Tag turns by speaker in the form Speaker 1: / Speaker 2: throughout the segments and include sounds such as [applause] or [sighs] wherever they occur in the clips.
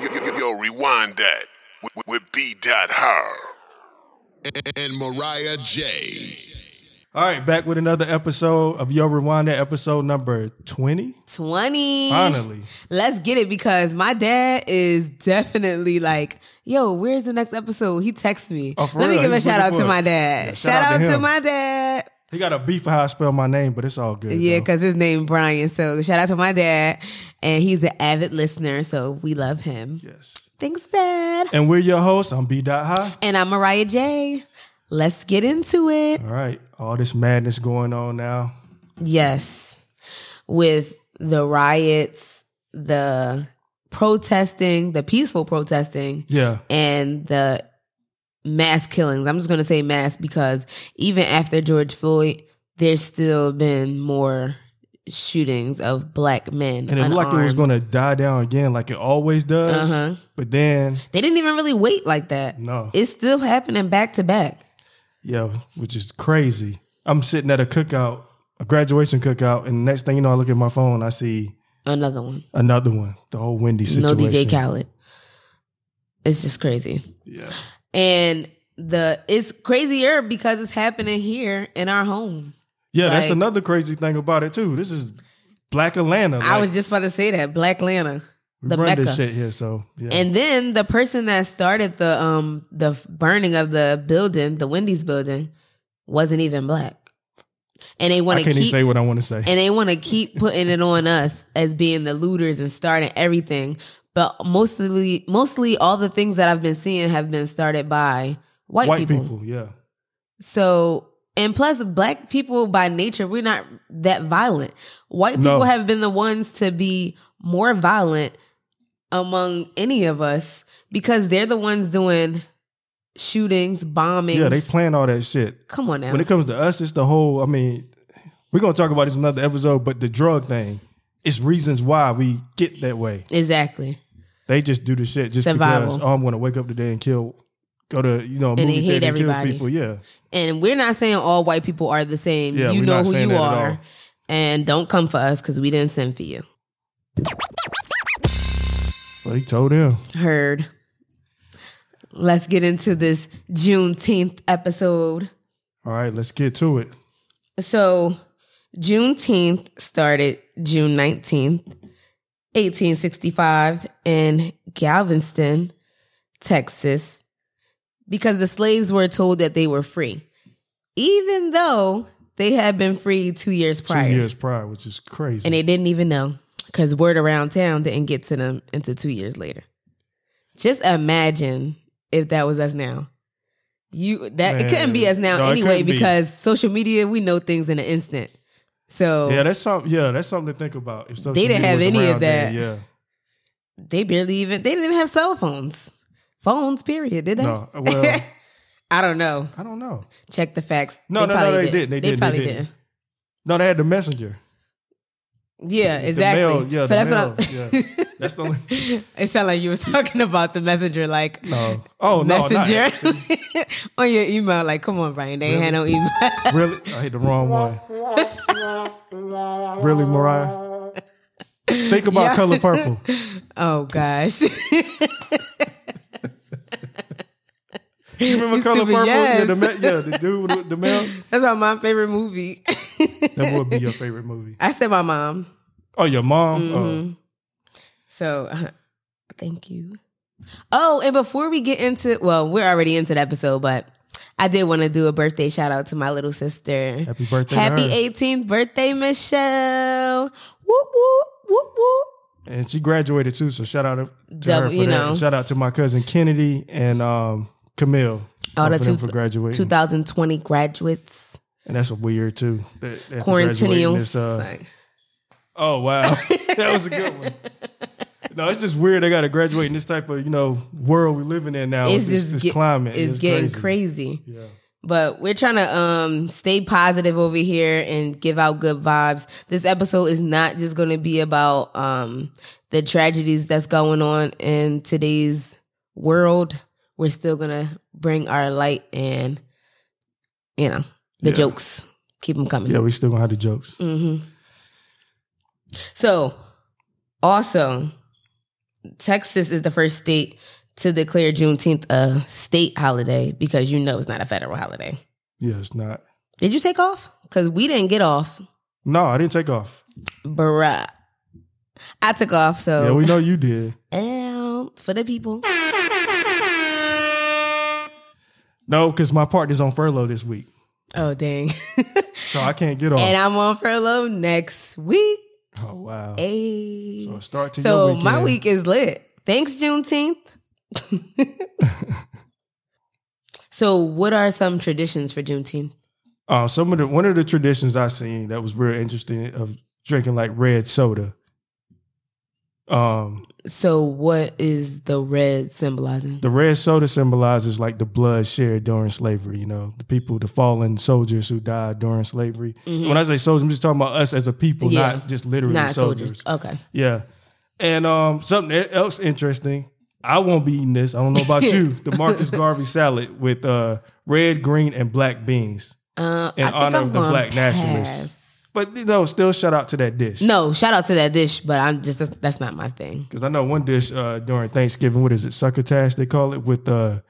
Speaker 1: Yo, yo, yo, rewind that with, with B. Dot and Mariah J.
Speaker 2: All right, back with another episode of Yo Rewind, that episode number 20.
Speaker 3: 20.
Speaker 2: Finally.
Speaker 3: Let's get it because my dad is definitely like, yo, where's the next episode? He texts me.
Speaker 2: Oh, for
Speaker 3: Let
Speaker 2: real?
Speaker 3: me give a
Speaker 2: He's
Speaker 3: shout out
Speaker 2: looking
Speaker 3: to
Speaker 2: for
Speaker 3: my
Speaker 2: it.
Speaker 3: dad.
Speaker 2: Yeah,
Speaker 3: shout, out, to,
Speaker 2: him.
Speaker 3: my dad.
Speaker 2: He got a beef for how I spell my name, but it's all good.
Speaker 3: Yeah,
Speaker 2: though.
Speaker 3: because his name Brian. So shout out to my dad. And he's an avid listener, so we love him.
Speaker 2: Yes.
Speaker 3: Thanks, Dad.
Speaker 2: And we're your hosts. I'm B. Dot High.
Speaker 3: And I'm Mariah J. Let's get into it.
Speaker 2: All right. All this madness going on now.
Speaker 3: Yes. With the riots, the protesting, the peaceful protesting,
Speaker 2: Yeah.
Speaker 3: and the mass killings. I'm just going to say mass because even after George Floyd, there's still been more shootings of black men.
Speaker 2: And it looked like it was
Speaker 3: unarmed.
Speaker 2: going to die down again, like it always does.
Speaker 3: Uh-huh.
Speaker 2: But then,
Speaker 3: They didn't even really wait like that.
Speaker 2: no.
Speaker 3: It's still happening back to back.
Speaker 2: Yeah, which is crazy. I'm sitting at a cookout, a graduation cookout, and next thing you know, I look at my phone, I see
Speaker 3: Another one.
Speaker 2: another one. The whole Wendy situation.
Speaker 3: No DJ Khaled. It's just crazy.
Speaker 2: Yeah.
Speaker 3: And the it's crazier because it's happening here in our home.
Speaker 2: Yeah, that's
Speaker 3: Like-
Speaker 2: another crazy thing about it too. This is Black Atlanta.
Speaker 3: I
Speaker 2: like,
Speaker 3: was just about to say that, Black Lana.
Speaker 2: we
Speaker 3: the
Speaker 2: run this
Speaker 3: Mecca.
Speaker 2: shit here, so yeah.
Speaker 3: And then the person that started the um the f- burning of the building, the Wendy's building, wasn't even black. And they
Speaker 2: I
Speaker 3: want
Speaker 2: can't
Speaker 3: to
Speaker 2: even
Speaker 3: keep
Speaker 2: say what I want to say.
Speaker 3: and they want to keep putting it on us as being the looters and starting everything. But mostly mostly all the things that I've been seeing have been started by white, people.
Speaker 2: yeah.
Speaker 3: So, and plus, black people by nature, we're not that violent. White
Speaker 2: No.
Speaker 3: people have been the ones to be more violent among any of us because they're the ones doing shootings, bombings.
Speaker 2: Yeah, they plan all that shit.
Speaker 3: Come on now.
Speaker 2: When it comes to us, it's the whole I mean, we're gonna talk about this in another episode, but the drug thing. It's reasons why we get that way.
Speaker 3: exactly.
Speaker 2: They just do the shit just
Speaker 3: Survival.
Speaker 2: because oh, I'm gonna wake up today and kill go to, you know, a
Speaker 3: And they
Speaker 2: movie
Speaker 3: hate
Speaker 2: theater and kill
Speaker 3: everybody.
Speaker 2: people. Yeah.
Speaker 3: And we're not saying all white people are the same.
Speaker 2: Yeah,
Speaker 3: you
Speaker 2: we're
Speaker 3: know
Speaker 2: not
Speaker 3: who
Speaker 2: saying
Speaker 3: you
Speaker 2: that at
Speaker 3: are.
Speaker 2: all.
Speaker 3: And don't come for us because we didn't send for you.
Speaker 2: But he told him.
Speaker 3: Heard. Let's get into this Juneteenth episode.
Speaker 2: All right, let's get to it.
Speaker 3: So Juneteenth started June 19th, 1865, in Galveston, Texas, because the slaves were told that they were free, even though they had been free two years prior.
Speaker 2: Two years prior, which is crazy.
Speaker 3: And they didn't even know because word around town didn't get to them until two years later. Just imagine if that was us now. You that it couldn't
Speaker 2: Man,
Speaker 3: be us now
Speaker 2: no, it
Speaker 3: anyway
Speaker 2: couldn't be.
Speaker 3: because social media we know things in an instant. So
Speaker 2: yeah, that's something. Yeah, that's something to think about. If social
Speaker 3: They didn't
Speaker 2: media
Speaker 3: have
Speaker 2: was
Speaker 3: any of
Speaker 2: around then,
Speaker 3: that.
Speaker 2: yeah,
Speaker 3: they barely even they didn't even have cell phones. Phones, period. Did they?
Speaker 2: No,
Speaker 3: [laughs]
Speaker 2: well-
Speaker 3: I don't know.
Speaker 2: I don't know.
Speaker 3: Check the facts.
Speaker 2: No, no, no,
Speaker 3: probably
Speaker 2: they didn't. They didn't. They
Speaker 3: probably
Speaker 2: didn't. No, they had the messenger.
Speaker 3: Yeah,
Speaker 2: The
Speaker 3: exactly.
Speaker 2: mail- yeah, the
Speaker 3: so that's what [laughs]
Speaker 2: mail,
Speaker 3: I'm,
Speaker 2: yeah. That's the only-
Speaker 3: It sounded like you was talking about the messenger, like
Speaker 2: No. Oh no, not
Speaker 3: messenger
Speaker 2: that.
Speaker 3: [laughs] on your email. Like, come on, Brian, they ain't had no email. [laughs]
Speaker 2: really, I hit the wrong one. really, Mariah. Think about
Speaker 3: Yeah.
Speaker 2: color purple.
Speaker 3: oh gosh, [laughs] [laughs]
Speaker 2: You remember
Speaker 3: You
Speaker 2: color
Speaker 3: stupid,
Speaker 2: purple? Yeah,
Speaker 3: yes.
Speaker 2: the, ma- yeah, the dude with the mail.
Speaker 3: that's not my favorite movie. [laughs]
Speaker 2: That would be your favorite movie.
Speaker 3: I said my mom,
Speaker 2: Oh, your mom.
Speaker 3: Mm-hmm.
Speaker 2: Oh,
Speaker 3: so uh, thank you. Oh, and before we get into, well, we're already into the episode, but I did want to do a birthday shout out to my little sister.
Speaker 2: happy birthday! to
Speaker 3: Happy
Speaker 2: her.
Speaker 3: 18th birthday, Michelle. Whoop whoop whoop whoop.
Speaker 2: and she graduated too. So shout out to her
Speaker 3: Double-
Speaker 2: for
Speaker 3: you
Speaker 2: that.
Speaker 3: know.
Speaker 2: Shout out to my cousin Kennedy and um, Camille.
Speaker 3: All the
Speaker 2: both of them
Speaker 3: two-
Speaker 2: for graduating,
Speaker 3: 2020 graduates.
Speaker 2: and that's a weird too. That, that for graduating
Speaker 3: Quarantinals.
Speaker 2: this, uh,
Speaker 3: Sorry.
Speaker 2: oh wow, [laughs] that was a good
Speaker 3: [laughs]
Speaker 2: one. No, it's just weird. They got to graduate in this type of you know world we're living in now. with this, this
Speaker 3: get-
Speaker 2: climate.
Speaker 3: It's,
Speaker 2: It's
Speaker 3: getting
Speaker 2: crazy.
Speaker 3: crazy.
Speaker 2: Yeah.
Speaker 3: But we're trying to um, stay positive over here and give out good vibes. This episode is not just going to be about um, the tragedies that's going on in today's world. We're still going to bring our light and, you know, the
Speaker 2: Yeah.
Speaker 3: jokes. Keep them coming.
Speaker 2: Yeah, we still gonna have the jokes.
Speaker 3: hmm So, also, Texas is the first state to declare Juneteenth a state holiday because you know it's not a federal holiday.
Speaker 2: Yeah, it's not.
Speaker 3: Did you take off? Because we didn't get off,
Speaker 2: No, I didn't take off.
Speaker 3: bruh. I took off, so
Speaker 2: Yeah, we know you did.
Speaker 3: Um, for the people.
Speaker 2: No, because my partner's on furlough this week,
Speaker 3: Oh dang!
Speaker 2: so I can't get off.
Speaker 3: and I'm on furlough next week.
Speaker 2: oh wow!
Speaker 3: Hey.
Speaker 2: So start to
Speaker 3: So
Speaker 2: your weekend.
Speaker 3: my week is lit. Thanks, Juneteenth.
Speaker 2: [laughs]
Speaker 3: so, what are some traditions for Juneteenth?
Speaker 2: Uh, some of the one of the traditions I seen that was real interesting of drinking like red soda. Um,
Speaker 3: So, what is the red symbolizing?
Speaker 2: the red soda symbolizes like the blood shed during slavery. You know, the people, the fallen soldiers who died during slavery.
Speaker 3: Mhm.
Speaker 2: When I say soldiers, I'm just talking about us as a people,
Speaker 3: Yeah.
Speaker 2: not just literally
Speaker 3: Not
Speaker 2: soldiers.
Speaker 3: soldiers. Okay.
Speaker 2: Yeah, and um, something else interesting. I won't be eating this. I don't know
Speaker 3: [laughs]
Speaker 2: about you. The Marcus Garvey salad with uh, red, green, and black beans.
Speaker 3: Uh,
Speaker 2: In
Speaker 3: I think
Speaker 2: honor
Speaker 3: I'm
Speaker 2: of the
Speaker 3: gonna
Speaker 2: black nationalists.
Speaker 3: pass.
Speaker 2: But you know, still shout out to that dish.
Speaker 3: No, shout out to that dish, but I'm just that's, that's not my thing.
Speaker 2: Because I know one dish uh, during Thanksgiving, what is it, succotash they call it, with uh,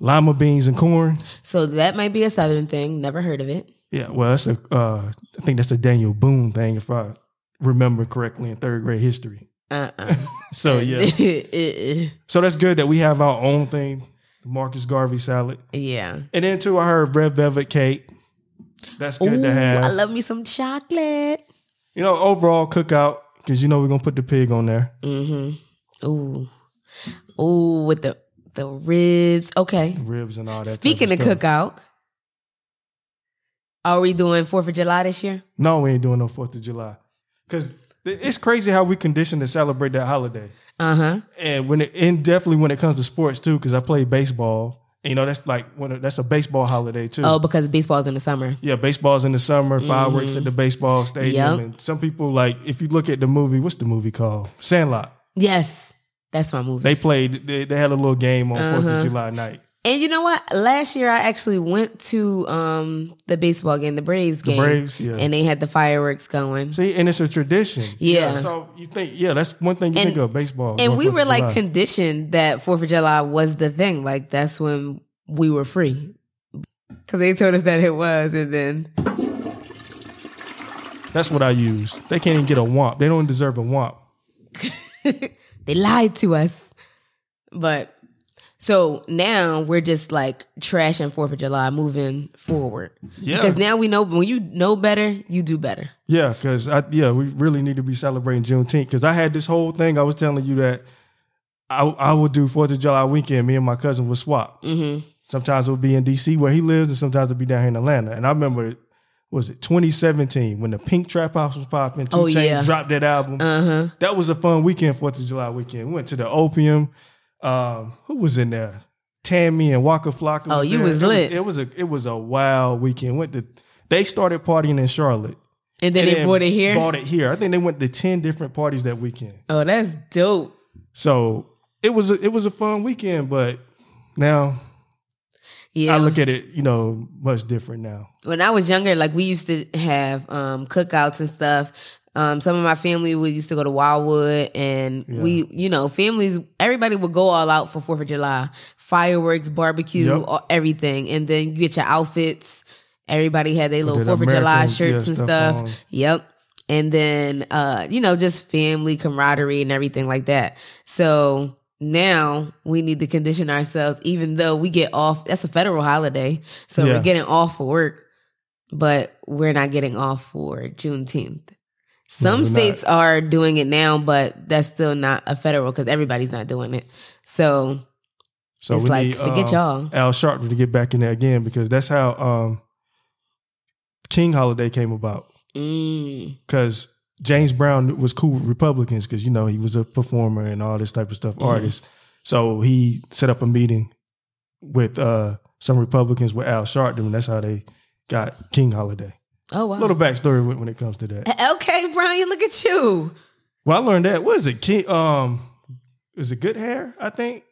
Speaker 2: lima beans and corn.
Speaker 3: So that might be a southern thing. Never heard of it.
Speaker 2: Yeah, well, that's a, uh, I think that's a Daniel Boone thing, if I remember correctly, in third grade history.
Speaker 3: Uh.
Speaker 2: [laughs]
Speaker 3: uh
Speaker 2: So Oh,
Speaker 3: [laughs]
Speaker 2: yeah,
Speaker 3: Uh-uh.
Speaker 2: so that's good that we have our own thing, the Marcus Garvey salad,
Speaker 3: yeah.
Speaker 2: and then too, I heard red velvet cake. That's good
Speaker 3: Ooh,
Speaker 2: to have.
Speaker 3: I love me some chocolate.
Speaker 2: you know, overall cookout because you know we're gonna put the pig on there.
Speaker 3: Mm-hmm. Ooh. Ooh, with the the ribs. Okay.
Speaker 2: Ribs and all that. type
Speaker 3: Speaking of
Speaker 2: stuff.
Speaker 3: cookout, are we doing Fourth of July this year?
Speaker 2: No, we ain't doing no Fourth of July. Cause th- it's crazy how we conditioned to celebrate that holiday.
Speaker 3: Uh-huh.
Speaker 2: And when it and definitely when it comes to sports too, because I play baseball. And, you know, that's like when that's a baseball holiday too.
Speaker 3: Oh, Mm-hmm. because baseball's in the summer.
Speaker 2: Yeah, baseball's in the summer, fireworks at the baseball stadium.
Speaker 3: Yep.
Speaker 2: And some people like if you look at the movie, what's the movie called? Sandlot.
Speaker 3: Yes. That's my movie.
Speaker 2: They played they, they had a little game on 4th
Speaker 3: Uh-huh.
Speaker 2: of July night.
Speaker 3: and you know what? Last year I actually went to um the baseball game, the Braves
Speaker 2: The
Speaker 3: game.
Speaker 2: Braves, yeah.
Speaker 3: And they had the fireworks going.
Speaker 2: See, and it's a tradition.
Speaker 3: Yeah.
Speaker 2: So you think, yeah, that's one thing you
Speaker 3: And-
Speaker 2: think of baseball.
Speaker 3: and
Speaker 2: on
Speaker 3: we
Speaker 2: 4th of
Speaker 3: were like
Speaker 2: July.
Speaker 3: conditioned that Fourth of July was the thing. Like that's when we were free, because they told us that it was, and then
Speaker 2: that's what I use. They can't even get a womp. They don't deserve a womp.
Speaker 3: they lied to us. But so now we're just like trashing Fourth of July moving forward
Speaker 2: Yeah.
Speaker 3: because now we know when you know better, you do better.
Speaker 2: Yeah, because I yeah, we really need to be celebrating Juneteenth. Because I had this whole thing I was telling you that I I would do Fourth of July weekend. Me and my cousin would swap.
Speaker 3: hmm
Speaker 2: Sometimes it would be in D.C. where he lives, and sometimes it'd be down here in Atlanta. And I remember, was it 2017 when the Pink Trap House was popping? 2
Speaker 3: Oh,
Speaker 2: Chainz
Speaker 3: yeah.
Speaker 2: dropped that album.
Speaker 3: Uh huh.
Speaker 2: that was a fun weekend, Fourth of July weekend. We went to the Opium. Um, who was in there? Tammy and Waka Flocka.
Speaker 3: Oh, you
Speaker 2: there.
Speaker 3: was
Speaker 2: It
Speaker 3: lit.
Speaker 2: It was, a it was a wild weekend. Went to they started partying in Charlotte.
Speaker 3: And then
Speaker 2: And
Speaker 3: they brought it here.
Speaker 2: Bought it here. I think they went to ten different parties that weekend.
Speaker 3: oh, that's dope.
Speaker 2: So it was a, it was a fun weekend, but now
Speaker 3: Yeah.
Speaker 2: I look at it, you know, much different now.
Speaker 3: when I was younger, like we used to have um, cookouts and stuff. Um, some of my family we used to go to Wildwood, and we, you know, families, everybody would go all out for Fourth of July, fireworks, barbecue,
Speaker 2: Yep.
Speaker 3: all, everything, and then you get your outfits. Everybody had their little
Speaker 2: did
Speaker 3: Fourth of July
Speaker 2: Americans, yeah,
Speaker 3: shirts and
Speaker 2: stuff
Speaker 3: stuff.
Speaker 2: on.
Speaker 3: Yep. And then, uh, you know, just family camaraderie and everything like that. So now we need to condition ourselves, even though we get off. That's a federal holiday. So
Speaker 2: Yeah.
Speaker 3: we're getting off for work, but we're not getting off for Juneteenth. Some
Speaker 2: we're not.
Speaker 3: states are doing it now, but that's still not a federal because everybody's not doing it. So
Speaker 2: So
Speaker 3: it's
Speaker 2: we
Speaker 3: like,
Speaker 2: need,
Speaker 3: forget
Speaker 2: um,
Speaker 3: y'all.
Speaker 2: Al Sharpton to get back in there again because that's how um, King Holiday came about.
Speaker 3: Mm,
Speaker 2: because James Brown was cool with Republicans because you know he was a performer and all this type of stuff,
Speaker 3: Mhm.
Speaker 2: artist. So he set up a meeting with uh, some Republicans with Al Sharpton. And that's how they got King Holiday.
Speaker 3: Oh wow.
Speaker 2: A little backstory when when it comes to that.
Speaker 3: Okay, Brian, look at you.
Speaker 2: Well, I learned that. What is it? King, um, is it Good Hair? I think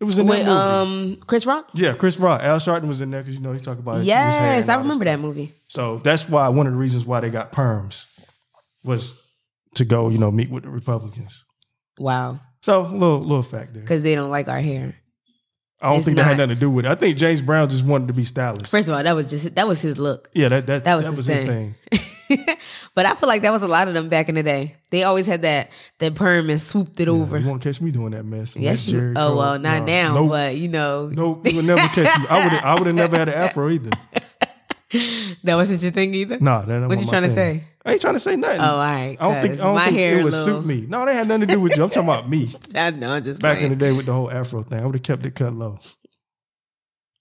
Speaker 2: it was in that
Speaker 3: With
Speaker 2: movie.
Speaker 3: um Chris Rock.
Speaker 2: yeah, Chris Rock. Al Sharpton was in there because you know he talked about his- his hair
Speaker 3: Yes,
Speaker 2: and
Speaker 3: I
Speaker 2: all this
Speaker 3: remember that movie.
Speaker 2: So that's why one of the reasons why they got perms was to go, you know, meet with the Republicans.
Speaker 3: Wow,
Speaker 2: So little little fact there.
Speaker 3: because they don't like our hair.
Speaker 2: I don't
Speaker 3: it's
Speaker 2: think that had
Speaker 3: not-
Speaker 2: nothing to do with it. I think James Brown just wanted to be stylish.
Speaker 3: First of all, that was just that was his look. [laughs]
Speaker 2: yeah, that that,
Speaker 3: That was his
Speaker 2: his,
Speaker 3: thing.
Speaker 2: thing.
Speaker 3: but I feel like that was a lot of them back in the day. They always had that that perm and swooped it over.
Speaker 2: You won't catch me doing that mess.
Speaker 3: yes,
Speaker 2: That's
Speaker 3: you.
Speaker 2: Jerry
Speaker 3: Oh
Speaker 2: Cole.
Speaker 3: well, not
Speaker 2: Nah,
Speaker 3: now,
Speaker 2: Nope,
Speaker 3: but you know
Speaker 2: [laughs] nope, you would never catch me. I would I would have never
Speaker 3: [laughs]
Speaker 2: had an afro either.
Speaker 3: that wasn't your thing either.
Speaker 2: Nah, that that
Speaker 3: what you
Speaker 2: wasn't my
Speaker 3: trying to
Speaker 2: thing.
Speaker 3: say?
Speaker 2: I ain't trying to say nothing.
Speaker 3: Oh, all right.
Speaker 2: I don't think
Speaker 3: 'cause
Speaker 2: I don't
Speaker 3: my
Speaker 2: think
Speaker 3: hair
Speaker 2: it
Speaker 3: a
Speaker 2: would
Speaker 3: little,
Speaker 2: suit me. No, that had nothing to do with you. I'm talking about
Speaker 3: [laughs]
Speaker 2: me.
Speaker 3: I know. I'm just
Speaker 2: Back
Speaker 3: playing.
Speaker 2: in the day with the whole afro thing, I would have kept it cut low.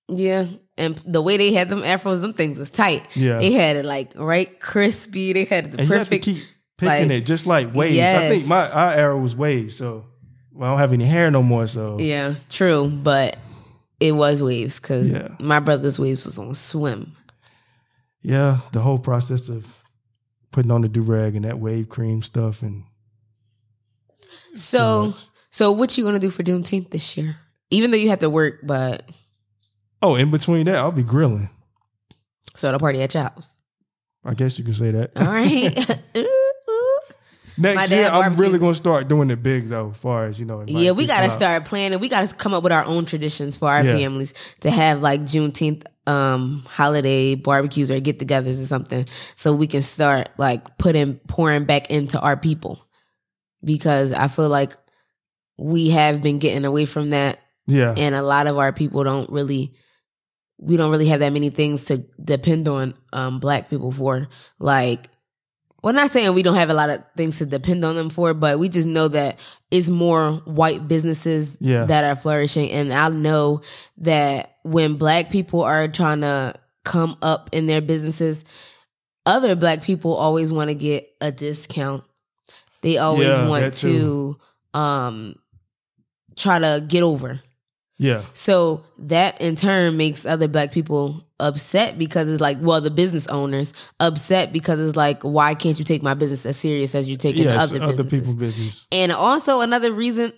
Speaker 3: Yeah, and the way they had them afros, them things was tight.
Speaker 2: Yeah.
Speaker 3: they had it like right crispy. They had the
Speaker 2: and
Speaker 3: perfect.
Speaker 2: You have to keep picking
Speaker 3: like,
Speaker 2: it just like waves. I think
Speaker 3: yes.
Speaker 2: my our arrow was waves, so well, I don't have any hair no more. So
Speaker 3: yeah, true, but it was waves because
Speaker 2: Yeah.
Speaker 3: my brother's waves was on swim.
Speaker 2: yeah, the whole process of putting on the do rag and that wave cream stuff and too
Speaker 3: So,
Speaker 2: much.
Speaker 3: so what you gonna do for Juneteenth this year? Even though you have to work, but
Speaker 2: oh, in between that, I'll be grilling.
Speaker 3: so the party at Child's.
Speaker 2: I guess you can say that.
Speaker 3: All right. [laughs] Ooh, ooh.
Speaker 2: [laughs] Next
Speaker 3: dad
Speaker 2: year, I'm
Speaker 3: barbecues.
Speaker 2: really gonna start doing it big though. As far as you know, invite
Speaker 3: yeah, we
Speaker 2: people
Speaker 3: gotta
Speaker 2: out.
Speaker 3: start planning. We gotta come up with our own traditions for our
Speaker 2: Yeah.
Speaker 3: families to have like Juneteenth um holiday barbecues or get togethers or something so we can start like putting pouring back into our people. Because I feel like we have been getting away from that
Speaker 2: Yeah,
Speaker 3: and a lot of our people don't really we don't really have that many things to depend on um black people for like well not saying we don't have a lot of things to depend on them for but we just know that it's more white businesses
Speaker 2: Yeah.
Speaker 3: that are flourishing and i know that when black people are trying to come up in their businesses other black people always want to get a discount they always
Speaker 2: Yeah,
Speaker 3: want
Speaker 2: that too.
Speaker 3: to um try to get over
Speaker 2: yeah,
Speaker 3: so that in turn makes other black people upset because it's like, well, the business owners upset because it's like, why can't you take my business as serious as you're taking
Speaker 2: yeah. it's
Speaker 3: other,
Speaker 2: Other,
Speaker 3: businesses?
Speaker 2: people business.
Speaker 3: And also another reason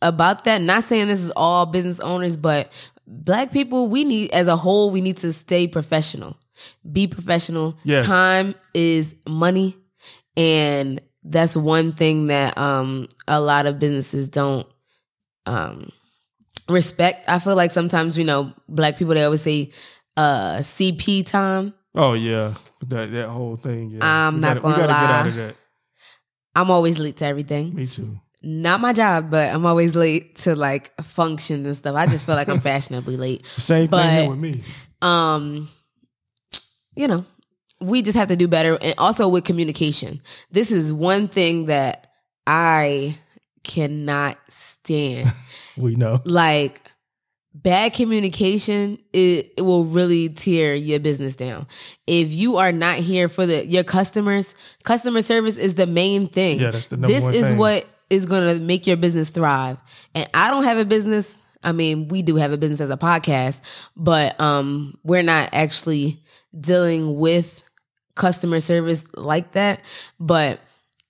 Speaker 3: about that, not saying this is all business owners, but black people, we need as a whole, we need to stay professional. Be professional.
Speaker 2: Yes.
Speaker 3: Time is money. And that's one thing that um a lot of businesses don't um respect. I feel like sometimes, you know, black people they always say uh CP time.
Speaker 2: Oh yeah, that that whole thing. Yeah.
Speaker 3: I'm
Speaker 2: We
Speaker 3: not
Speaker 2: gotta- we
Speaker 3: gonna
Speaker 2: gotta
Speaker 3: lie.
Speaker 2: Get out of that.
Speaker 3: I'm always late to everything.
Speaker 2: Me too.
Speaker 3: not my job, but I'm always late to like functions and stuff. I just feel like I'm fashionably late.
Speaker 2: Same thing
Speaker 3: But-
Speaker 2: here with me.
Speaker 3: Um, you know, we just have to do better, and also with communication. This is one thing that I cannot stand.
Speaker 2: We know.
Speaker 3: like bad communication it, it will really tear your business down if you are not here for the your customers customer service is the main thing
Speaker 2: Yeah, that's the number
Speaker 3: this
Speaker 2: one
Speaker 3: is
Speaker 2: thing.
Speaker 3: what is going to make your business thrive and i don't have a business i mean we do have a business as a podcast but um we're not actually dealing with customer service like that but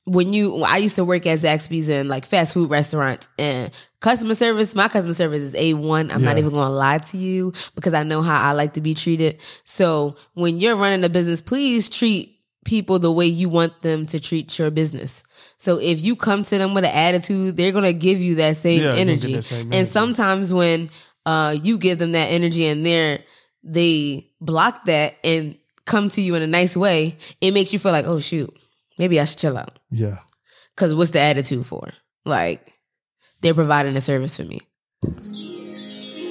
Speaker 3: when you I used to work at Zaxby's and like fast food restaurants and customer service, my customer service is A1. I'm not
Speaker 2: Yeah.
Speaker 3: even gonna lie to you because I know how I like to be treated. So when you're running a business, please treat people the way you want them to treat your business. So if you come to them with an attitude, they're gonna give you that same
Speaker 2: Yeah, you're gonna get
Speaker 3: energy.
Speaker 2: that same
Speaker 3: And
Speaker 2: energy.
Speaker 3: sometimes when uh you give them that energy and they're they block that and come to you in a nice way, it makes you feel like, oh shoot, maybe I should chill out.
Speaker 2: Yeah.
Speaker 3: Cause what's the attitude for? Like, they're providing a service for me.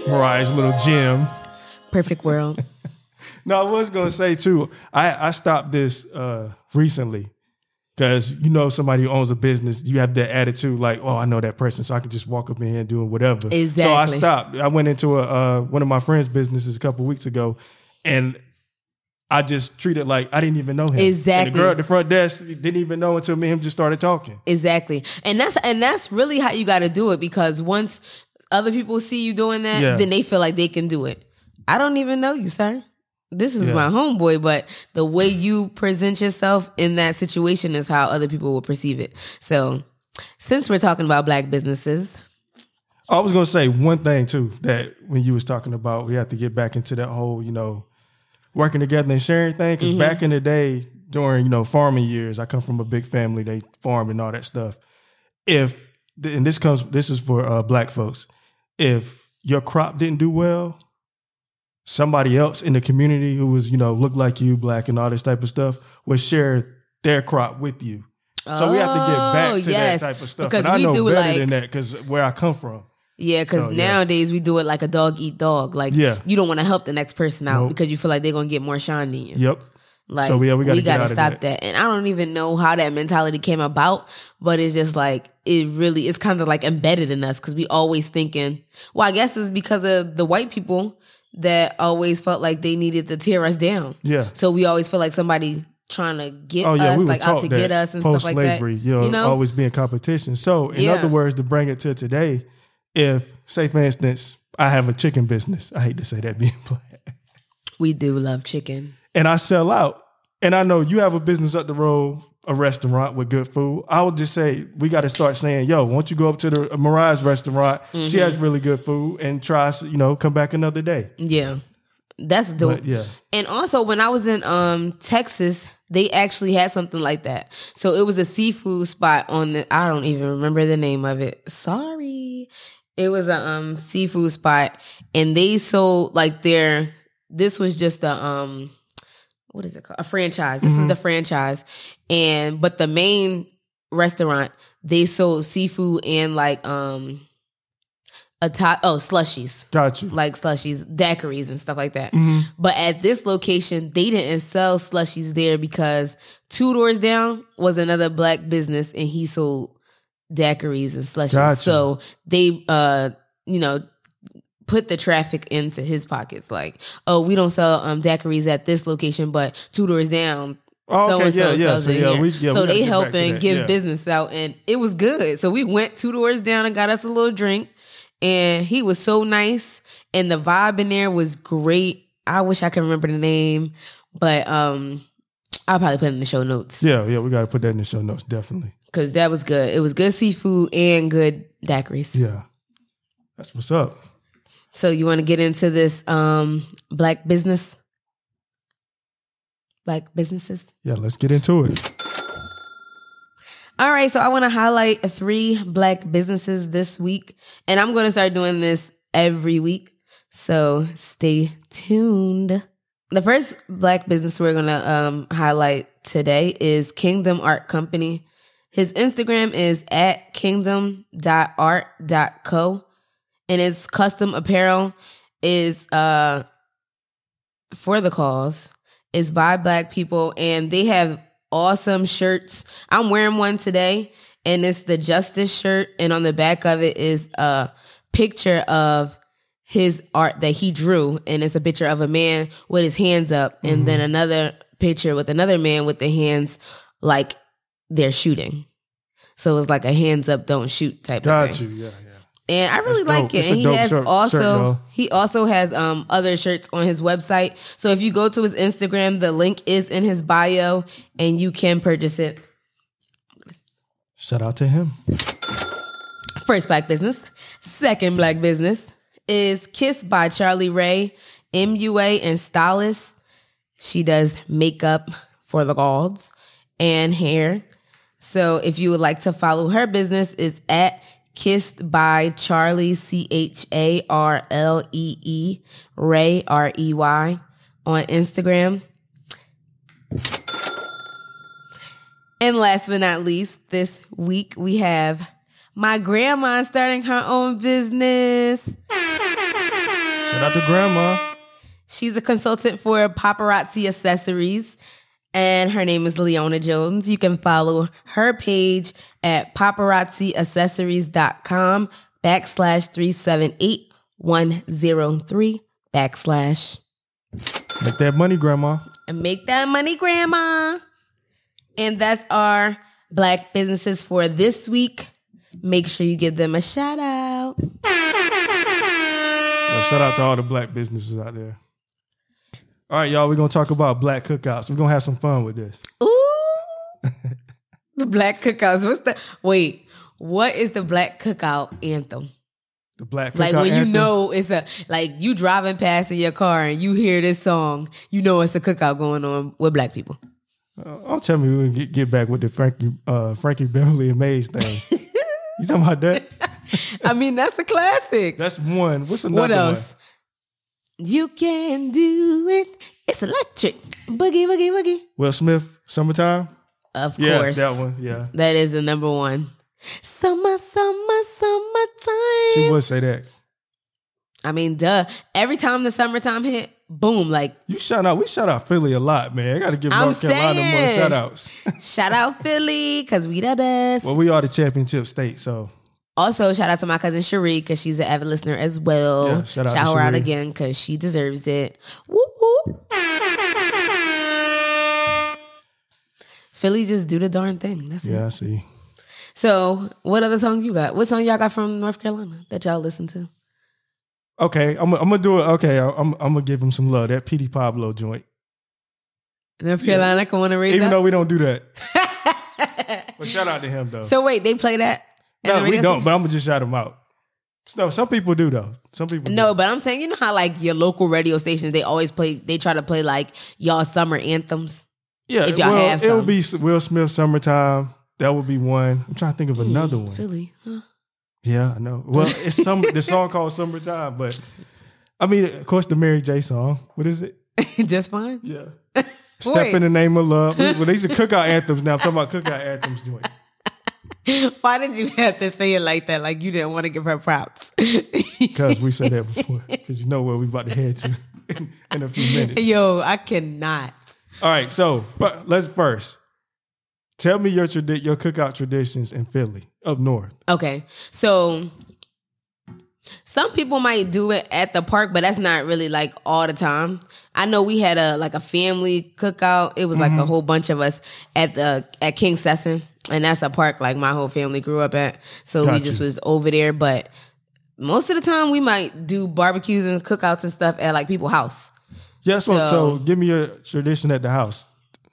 Speaker 2: Mariah's little gym.
Speaker 3: Perfect world.
Speaker 2: No, I was gonna say too. I I stopped this uh recently because you know somebody who owns a business, you have that attitude like, oh, I know that person, so I can just walk up in here and doing whatever. So I
Speaker 3: Exactly.
Speaker 2: stopped. I went into a uh, one of my friend's businesses a couple weeks ago, and. I just treated like I didn't even know him. And
Speaker 3: Exactly.
Speaker 2: the girl at the front desk didn't even know until me and him just started talking.
Speaker 3: exactly. And that's and that's really how you gotta do it because once other people see you doing that,
Speaker 2: Yeah.
Speaker 3: then they feel like they can do it. I don't even know you, sir. This is
Speaker 2: Yeah.
Speaker 3: my homeboy, but the way you present yourself in that situation is how other people will perceive it. So, since we're talking about black businesses,
Speaker 2: I was gonna say one thing too that when you was talking about we have to get back into that whole you know working together and sharing thing because
Speaker 3: Mm-hmm.
Speaker 2: back in the day during you know farming years I come from a big family they farm and all that stuff if and this comes this is for uh, black folks if your crop didn't do well somebody else in the community who was you know looked like you black and all this type of stuff would share their crop with you so we have to get
Speaker 3: Oh,
Speaker 2: back to
Speaker 3: yes,
Speaker 2: that type of stuff
Speaker 3: because
Speaker 2: and I
Speaker 3: we
Speaker 2: know
Speaker 3: do,
Speaker 2: better
Speaker 3: like-
Speaker 2: than that because where I come from.
Speaker 3: yeah, because
Speaker 2: So, yeah.
Speaker 3: nowadays we do it like a dog eat dog. Like,
Speaker 2: Yeah.
Speaker 3: you don't want to help the next person out
Speaker 2: Nope.
Speaker 3: because you feel like they're gonna get more shine than you.
Speaker 2: Yep.
Speaker 3: Like,
Speaker 2: So, yeah, we gotta get out of
Speaker 3: stop
Speaker 2: that.
Speaker 3: that. And I don't even know how that mentality came about, but it's just like it really it's kind of like embedded in us because we always thinking. Well, I guess it's because of the white people that always felt like they needed to tear us down.
Speaker 2: Yeah.
Speaker 3: So we always feel like somebody trying to get
Speaker 2: Oh yeah,
Speaker 3: us,
Speaker 2: we were
Speaker 3: like out
Speaker 2: taught
Speaker 3: to
Speaker 2: that
Speaker 3: get us and stuff like that.
Speaker 2: post-slavery, you know, always be in competition. So, in
Speaker 3: Yeah.
Speaker 2: other words, to bring it to today, if say for instance, I have a chicken business, I hate to say that [laughs] being black,
Speaker 3: we do love chicken.
Speaker 2: and I sell out, and I know you have a business up the road, a restaurant with good food. I would just say we got to start saying, "Yo, once you go up to the Mariah's restaurant, she has
Speaker 3: Mm-hmm.
Speaker 2: really good food, and try, you know, come back another day."
Speaker 3: Yeah. That's dope.
Speaker 2: But yeah,
Speaker 3: And also, when I was in um Texas, they actually had something like that. So it was a seafood spot on the. I don't even remember the name of it. Sorry, it was a um seafood spot, and they sold like their. This was just a um, what is it called? A franchise. This was the franchise, and but the main restaurant they sold seafood and like um, a top oh slushies
Speaker 2: got you.
Speaker 3: like slushies, daiquiris, and stuff like that.
Speaker 2: Mhm.
Speaker 3: But at this location, they didn't sell slushies there because two doors down was another black business and he sold daiquiris and slushies.
Speaker 2: Gotcha.
Speaker 3: So they, uh, you know, put the traffic into his pockets. Like, oh, we don't sell um, daiquiris at this location, but two doors down.
Speaker 2: Oh,
Speaker 3: so
Speaker 2: okay,
Speaker 3: and so,
Speaker 2: yeah, yeah.
Speaker 3: sells
Speaker 2: So,
Speaker 3: it
Speaker 2: yeah,
Speaker 3: here.
Speaker 2: we- yeah,
Speaker 3: so
Speaker 2: we gotta
Speaker 3: they
Speaker 2: get back
Speaker 3: help
Speaker 2: to
Speaker 3: and
Speaker 2: that,
Speaker 3: give
Speaker 2: yeah.
Speaker 3: business out, and it was good. So we went two doors down and got us a little drink, and he was so nice, and the vibe in there was great. I wish I could remember the name, but um, I'll probably put it in the show notes
Speaker 2: Yeah, yeah, we got to put that in the show notes, definitely.
Speaker 3: because that was good. It was good seafood and good daiquiris.
Speaker 2: Yeah, that's what's up.
Speaker 3: So you want to get into this um black business? Black businesses?
Speaker 2: Yeah, let's get into it.
Speaker 3: All right, so I want to highlight three black businesses this week, and I'm going to start doing this every week. So stay tuned. The first black business we're going to um, highlight today is Kingdom Art Company. His Instagram is at kingdom.art.co, and his custom apparel is uh, for the cause. It's by black people, and they have awesome shirts. I'm wearing one today, and it's the Justice shirt, and on the back of it is a picture of his art that he drew, and it's a picture of a man with his hands up, and then another picture with another man with the hands like they're shooting. So it's like a hands up, don't shoot type of
Speaker 2: Got
Speaker 3: thing.
Speaker 2: you. Yeah, yeah.
Speaker 3: And I really
Speaker 2: That's dope.
Speaker 3: like it.
Speaker 2: It's a
Speaker 3: And he
Speaker 2: dope
Speaker 3: has
Speaker 2: shirt- shirt,
Speaker 3: also
Speaker 2: though.
Speaker 3: he also has um other shirts on his website. So if you go to his Instagram, the link is in his bio and you can purchase it.
Speaker 2: Shout out to him.
Speaker 3: First black business. Second black business is Kiss by Charlie Ray, MUA, and Stylist. She does makeup for the gods and hair. So if you would like to follow her business, it's at Kissed by Charlie, C H A R L E E, Ray, R E Y, on Instagram. And last but not least, this week we have my grandma starting her own business.
Speaker 2: Shout out to Grandma.
Speaker 3: She's a consultant for paparazzi accessories, and her name is Leona Jones. You can follow her page at paparazziaccessories.com backslash 378103 backslash
Speaker 2: Make that money, Grandma.
Speaker 3: and make that money, Grandma. And that's our black businesses for this week. Make sure you give them a shout out.
Speaker 2: Yes, Shout out to all the black businesses out there. All right, y'all. We're gonna talk about black cookouts. We're gonna have some fun with this.
Speaker 3: Ooh. the black cookouts. What's the wait? What is the black cookout anthem?
Speaker 2: The black cookout
Speaker 3: Like when you
Speaker 2: anthem.
Speaker 3: know it's a like you driving past in your car and you hear this song, you know it's a cookout going on with black people.
Speaker 2: Uh, Don't tell me we can get, get back with the Frankie uh, Frankie Beverly and Maze
Speaker 3: [laughs]
Speaker 2: thing. you talking about that?
Speaker 3: I mean, that's a classic.
Speaker 2: That's one. What's another
Speaker 3: what else? You can do it. It's electric. Boogie boogie boogie.
Speaker 2: one? Will Smith, Summertime.
Speaker 3: Of
Speaker 2: Yeah,
Speaker 3: course.
Speaker 2: that one. Yeah,
Speaker 3: That is the number one. Summer, summer, summertime.
Speaker 2: she would say that.
Speaker 3: I mean, duh. Every time the summertime hit, boom, like
Speaker 2: You shout out. We shout out Philly a lot, man. I got to give
Speaker 3: I'm
Speaker 2: North Carolina more
Speaker 3: saying.
Speaker 2: shout
Speaker 3: [laughs]
Speaker 2: outs.
Speaker 3: shout
Speaker 2: [laughs]
Speaker 3: out Philly, cause we the best.
Speaker 2: well, we are the championship state, so
Speaker 3: also, shout out to my cousin Cherie, cause she's an avid listener as well.
Speaker 2: Yeah, shout out to
Speaker 3: her out
Speaker 2: Cherie.
Speaker 3: again, cause she deserves it. Whoop whoop. Philly just do the darn thing. That's
Speaker 2: yeah,
Speaker 3: it.
Speaker 2: I see.
Speaker 3: So, what other song you got? What song y'all got from North Carolina that y'all listen to?
Speaker 2: Okay, I'm, I'm gonna do it. Okay, I'm, I'm gonna give him some love. That PD Pablo joint,
Speaker 3: North Carolina can want to raise
Speaker 2: even
Speaker 3: up.
Speaker 2: though we don't do
Speaker 3: [laughs]
Speaker 2: that. But shout out to him though.
Speaker 3: so wait, they play that? in
Speaker 2: no,
Speaker 3: the
Speaker 2: we
Speaker 3: radio
Speaker 2: don't.
Speaker 3: station?
Speaker 2: But I'm gonna just shout him out. No, some people do though. Some people
Speaker 3: No,
Speaker 2: Do.
Speaker 3: but I'm saying you know how like your local radio stations they always play they try to play like y'all summer anthems.
Speaker 2: Yeah,
Speaker 3: if y'all
Speaker 2: well,
Speaker 3: have
Speaker 2: it'll
Speaker 3: some.
Speaker 2: be Will Smith "Summertime." That would be one. I'm trying to
Speaker 3: Hmm.
Speaker 2: think of another one.
Speaker 3: Philly. Huh?
Speaker 2: Yeah, I know. Well, it's some [laughs] the song called "Summertime," but I mean, of course, the Mary J song. What is it?
Speaker 3: [laughs] Just fine.
Speaker 2: Yeah. Step in the name of love. We- Well, these are cookout anthems now. I'm talking about cookout anthems doing.
Speaker 3: Why did you have to say it like that? Like you didn't want to give her props. [laughs]
Speaker 2: Because we said that before. Because you know where we about to head to in, in a few minutes.
Speaker 3: Yo, I cannot.
Speaker 2: All right. So fir- let's first tell me your tradi- your cookout traditions in Philly up north.
Speaker 3: Okay. So some people might do it at the park, but that's not really like all the time. I know we had a like a family cookout. It was like a whole bunch of us at the at King Sesson. And that's a park like my whole family grew up at. So we
Speaker 2: Got
Speaker 3: just
Speaker 2: you.
Speaker 3: was over there. But most of the time we might do barbecues and cookouts and stuff at like people's house.
Speaker 2: Yes. So, so
Speaker 3: So-
Speaker 2: give me your tradition at the house.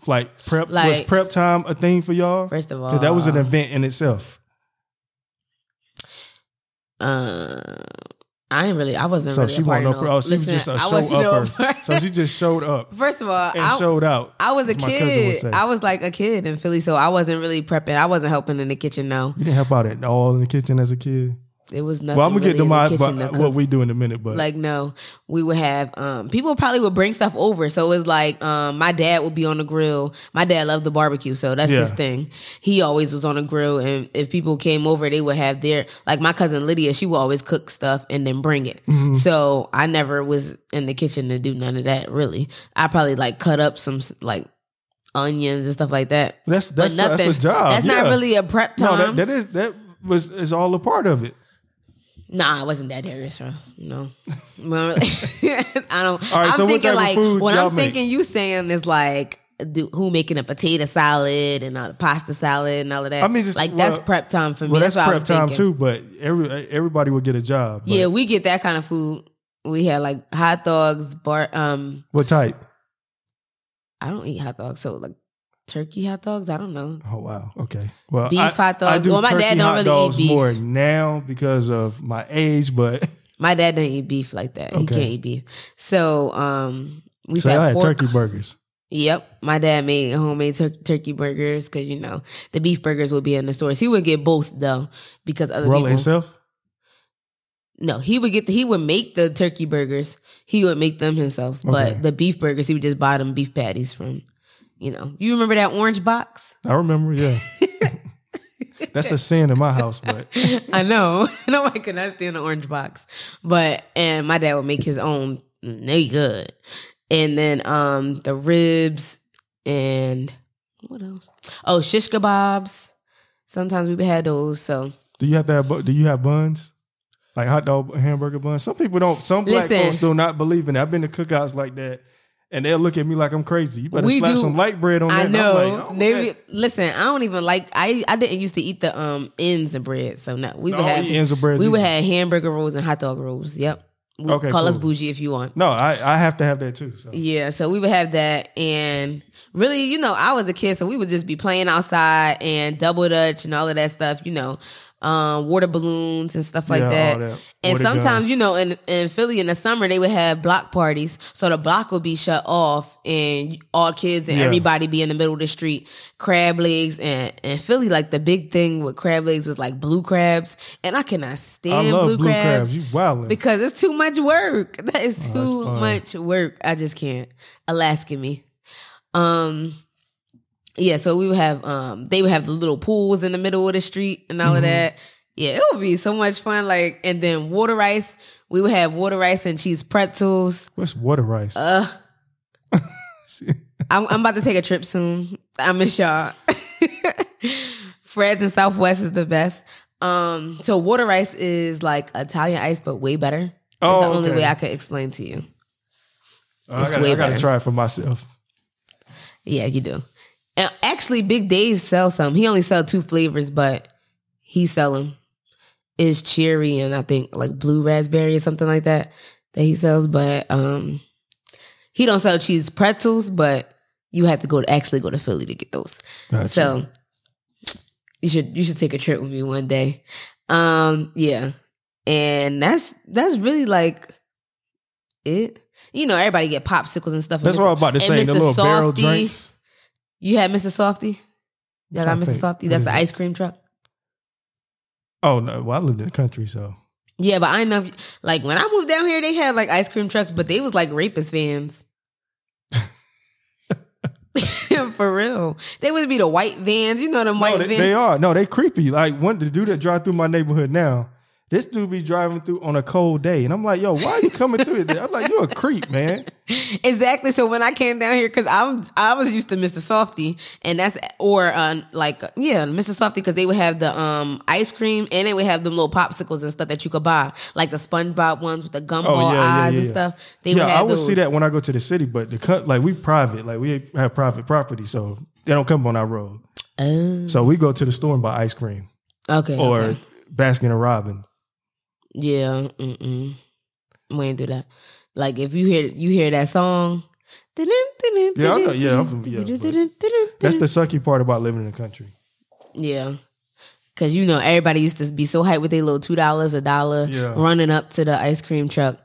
Speaker 2: Like prep was
Speaker 3: Like-
Speaker 2: prep time a thing for y'all?
Speaker 3: First of
Speaker 2: 'Cause that was an
Speaker 3: all-
Speaker 2: event in itself.
Speaker 3: Uh, I ain't really I wasn't
Speaker 2: So
Speaker 3: really
Speaker 2: she
Speaker 3: a part
Speaker 2: wasn't.
Speaker 3: of
Speaker 2: no-
Speaker 3: no-
Speaker 2: Oh, she was
Speaker 3: Listen,
Speaker 2: just a
Speaker 3: I wasn't
Speaker 2: show
Speaker 3: no
Speaker 2: upper.
Speaker 3: [laughs] part-
Speaker 2: So she just showed up
Speaker 3: First of all,
Speaker 2: and
Speaker 3: I,
Speaker 2: showed out.
Speaker 3: I was a
Speaker 2: as my cousin would
Speaker 3: kid.
Speaker 2: say.
Speaker 3: I was like a kid in Philly, so I wasn't really prepping. I wasn't helping in the kitchen. No,
Speaker 2: You didn't help out at all in the kitchen as a kid.
Speaker 3: it was nothing.
Speaker 2: Well, I'm gonna
Speaker 3: really
Speaker 2: get to
Speaker 3: in
Speaker 2: my
Speaker 3: the kitchen to
Speaker 2: but,
Speaker 3: cook.
Speaker 2: what we do in a minute, but
Speaker 3: like no, we would have um, people probably would bring stuff over. So it was like um, my dad would be on the grill. My dad loved the barbecue, so that's his
Speaker 2: Yeah.
Speaker 3: thing. He always was on the grill, and if people came over, they would have their like my cousin Lydia. She would always cook stuff and then bring it.
Speaker 2: Mm-hmm.
Speaker 3: So I never was in the kitchen to do none of that. Really, I probably like cut up some like onions and stuff like that.
Speaker 2: that's
Speaker 3: But
Speaker 2: that's that's a
Speaker 3: nothing.
Speaker 2: job.
Speaker 3: That's
Speaker 2: yeah.
Speaker 3: not really a prep
Speaker 2: no.
Speaker 3: time.
Speaker 2: That, that is that was is all a part of it.
Speaker 3: nah, I wasn't that serious, bro. No, [laughs] Well, I
Speaker 2: All
Speaker 3: don't.
Speaker 2: right,
Speaker 3: I'm
Speaker 2: so what
Speaker 3: thinking
Speaker 2: type of
Speaker 3: like
Speaker 2: food
Speaker 3: what
Speaker 2: y'all
Speaker 3: I'm
Speaker 2: make?
Speaker 3: thinking you saying is like do, who making a potato salad and a pasta salad and all of that.
Speaker 2: I mean, just-
Speaker 3: like
Speaker 2: well-
Speaker 3: that's prep time for me.
Speaker 2: Well,
Speaker 3: that's,
Speaker 2: that's,
Speaker 3: what I
Speaker 2: prep
Speaker 3: was
Speaker 2: time
Speaker 3: thinking.
Speaker 2: too. But every everybody will get a job. but
Speaker 3: Yeah, we get that kind of food. We had like hot dogs, bar. Um,
Speaker 2: What type?
Speaker 3: I don't eat hot dogs, so like turkey hot dogs. I don't know.
Speaker 2: Oh wow. Okay. Well,
Speaker 3: Beef
Speaker 2: Uh, I,
Speaker 3: hot
Speaker 2: I
Speaker 3: dogs.
Speaker 2: do
Speaker 3: Well, my dad
Speaker 2: turkey
Speaker 3: don't
Speaker 2: hot
Speaker 3: really eat
Speaker 2: dogs
Speaker 3: beef.
Speaker 2: more now because of my age, but
Speaker 3: My dad doesn't eat beef like that. He
Speaker 2: Okay.
Speaker 3: can't eat beef. So um, we
Speaker 2: so I
Speaker 3: had
Speaker 2: had
Speaker 3: pork.
Speaker 2: turkey burgers.
Speaker 3: Yep, my dad made homemade tur- turkey burgers because you know the beef burgers would be in the stores. He would get both though because other
Speaker 2: Roll
Speaker 3: people.
Speaker 2: itself.
Speaker 3: No, he would get the, he would make the turkey burgers. He would make them himself,
Speaker 2: Okay.
Speaker 3: but the beef burgers he would just buy them beef patties from. You know, you remember that orange box?
Speaker 2: I remember.
Speaker 3: [laughs]
Speaker 2: Yeah. that's a sin in my house, but
Speaker 3: I know [laughs] nobody could not stand the orange box, but and my dad would make his own. and They good, and then um the ribs and what else? Oh, shish kebabs. Sometimes we had those. So
Speaker 2: Do you have to have? bu- Do you have buns? Like hot dog hamburger buns? Some people don't. Some black
Speaker 3: Listen.
Speaker 2: folks do not believe in it. I've been to cookouts like that, and they'll look at me like I'm crazy. You better
Speaker 3: We
Speaker 2: slap
Speaker 3: do-
Speaker 2: some light bread on
Speaker 3: I
Speaker 2: that. And
Speaker 3: know.
Speaker 2: I'm like, oh,
Speaker 3: Maybe
Speaker 2: okay.
Speaker 3: listen. I don't even like. I I didn't used to eat the um ends of bread. So no, we
Speaker 2: No,
Speaker 3: would
Speaker 2: I don't
Speaker 3: have
Speaker 2: eat ends of bread
Speaker 3: We would
Speaker 2: either.
Speaker 3: have hamburger rolls and hot dog rolls. Yep, We
Speaker 2: Okay,
Speaker 3: call us
Speaker 2: cool.
Speaker 3: bougie if you want.
Speaker 2: No, I, I have to have that too. So.
Speaker 3: Yeah, so we would have that, and really, you know, I was a kid, so we would just be playing outside and double dutch and all of that stuff, you know, um, water balloons and stuff like
Speaker 2: Yeah, all
Speaker 3: that.
Speaker 2: that.
Speaker 3: And
Speaker 2: Water
Speaker 3: sometimes,
Speaker 2: guns.
Speaker 3: you know, in in Philly in the summer they would have block parties, so the block would be shut off, and all kids and
Speaker 2: Yeah.
Speaker 3: everybody be in the middle of the street, crab legs, and and Philly like the big thing with crab legs was like blue crabs, and I cannot
Speaker 2: I
Speaker 3: stand
Speaker 2: love
Speaker 3: blue, crabs
Speaker 2: You wildin'.
Speaker 3: because it's too much work. [laughs] That is too
Speaker 2: Oh, fine.
Speaker 3: much work. I just can't. Alaska me. Um yeah, so we would have um they would have the little pools in the middle of the street and all of
Speaker 2: Mm-hmm.
Speaker 3: that. Yeah, it would be so much fun. Like and then water rice. We would have water rice and cheese pretzels.
Speaker 2: What's water rice? [laughs]
Speaker 3: Uh I'm, I'm about to take a trip soon. I miss y'all. [laughs] Fred's and Southwest is the best. Um, so water rice is like Italian ice, but way better. That's the
Speaker 2: Oh,
Speaker 3: only
Speaker 2: okay.
Speaker 3: way I could explain to you.
Speaker 2: I
Speaker 3: it's
Speaker 2: gotta,
Speaker 3: way
Speaker 2: I gotta
Speaker 3: better.
Speaker 2: try it for myself.
Speaker 3: Yeah, you do. And actually, Big Dave sells some. He only sell two flavors, but he sell them. Is cherry and I think like blue raspberry or something like that that he sells. But um, he don't sell cheese pretzels, but you have to go to actually go to Philly to get those.
Speaker 2: Gotcha.
Speaker 3: So you should you should take a trip with me one day. Um, yeah. And that's that's really like it. You know, everybody get popsicles and stuff. and
Speaker 2: that's
Speaker 3: Mr.
Speaker 2: what I'm about to
Speaker 3: and
Speaker 2: say. The
Speaker 3: Mr.
Speaker 2: little barrel
Speaker 3: Softy.
Speaker 2: drinks.
Speaker 3: You had Mr. Softy? Y'all got
Speaker 2: trying to
Speaker 3: Mr.
Speaker 2: think.
Speaker 3: Softy?
Speaker 2: What
Speaker 3: That's
Speaker 2: is
Speaker 3: the
Speaker 2: it?
Speaker 3: ice cream truck.
Speaker 2: Oh no! Well, I lived in the country, so
Speaker 3: Yeah, but I know if- like when I moved down here, they had like ice cream trucks, but they was like rapist vans. [laughs] For real. They would be the white vans. You know them white
Speaker 2: No, Oh, they,
Speaker 3: vans.
Speaker 2: they are. No, they creepy. Like one the dude that drive through my neighborhood now. This dude be driving through on a cold day, and I'm like, "Yo, why are you coming through?" today? I'm like, "You're a creep, man."
Speaker 3: Exactly. So when I came down here, because I'm I was used to Mr. Softy, and that's or uh, like yeah, Mr. Softy, because they would have the um ice cream and they would have them little popsicles and stuff that you could buy, like the SpongeBob ones with the gumball
Speaker 2: Oh, yeah, yeah,
Speaker 3: eyes
Speaker 2: yeah,
Speaker 3: and
Speaker 2: yeah.
Speaker 3: stuff. [laughs] They
Speaker 2: yeah,
Speaker 3: would have
Speaker 2: I would
Speaker 3: those.
Speaker 2: see that when I go to the city, but the cut like we private, like we have private property, so they don't come on our road.
Speaker 3: Oh.
Speaker 2: So we go to the store and buy ice cream
Speaker 3: okay.
Speaker 2: or
Speaker 3: okay.
Speaker 2: Baskin and Robin.
Speaker 3: yeah, mm-mm. we ain't do that. Like if you hear you hear that song.
Speaker 2: Yeah, I know. Yeah, I'm from- yeah, That's the sucky part about living in the country.
Speaker 3: Yeah. Cause you know everybody used to be so hyped with their little two dollars a dollar
Speaker 2: Yeah.
Speaker 3: running up to the ice cream truck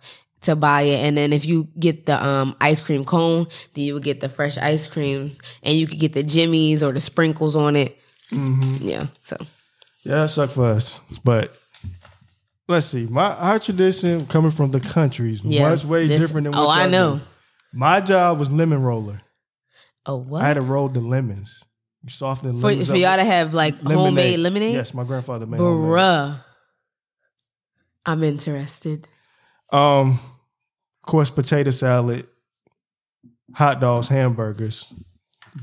Speaker 3: to buy it, and then if you get the um, ice cream cone, then you would get the fresh ice cream, and you could get the jimmies or the sprinkles on it.
Speaker 2: Mm-hmm.
Speaker 3: Yeah, so
Speaker 2: Yeah, that sucked for us. But let's see. My our tradition coming from the country is
Speaker 3: yeah,
Speaker 2: much way
Speaker 3: This-
Speaker 2: different than what
Speaker 3: oh I
Speaker 2: y'all
Speaker 3: know.
Speaker 2: do. My job was lemon roller.
Speaker 3: Oh what
Speaker 2: I had to roll the lemons. You soften the
Speaker 3: for,
Speaker 2: lemons.
Speaker 3: for
Speaker 2: up
Speaker 3: y'all to
Speaker 2: with
Speaker 3: have like homemade lemonade,
Speaker 2: Yes, my grandfather made homemade.
Speaker 3: bruh. I'm interested.
Speaker 2: Um, of course, potato salad, hot dogs, hamburgers,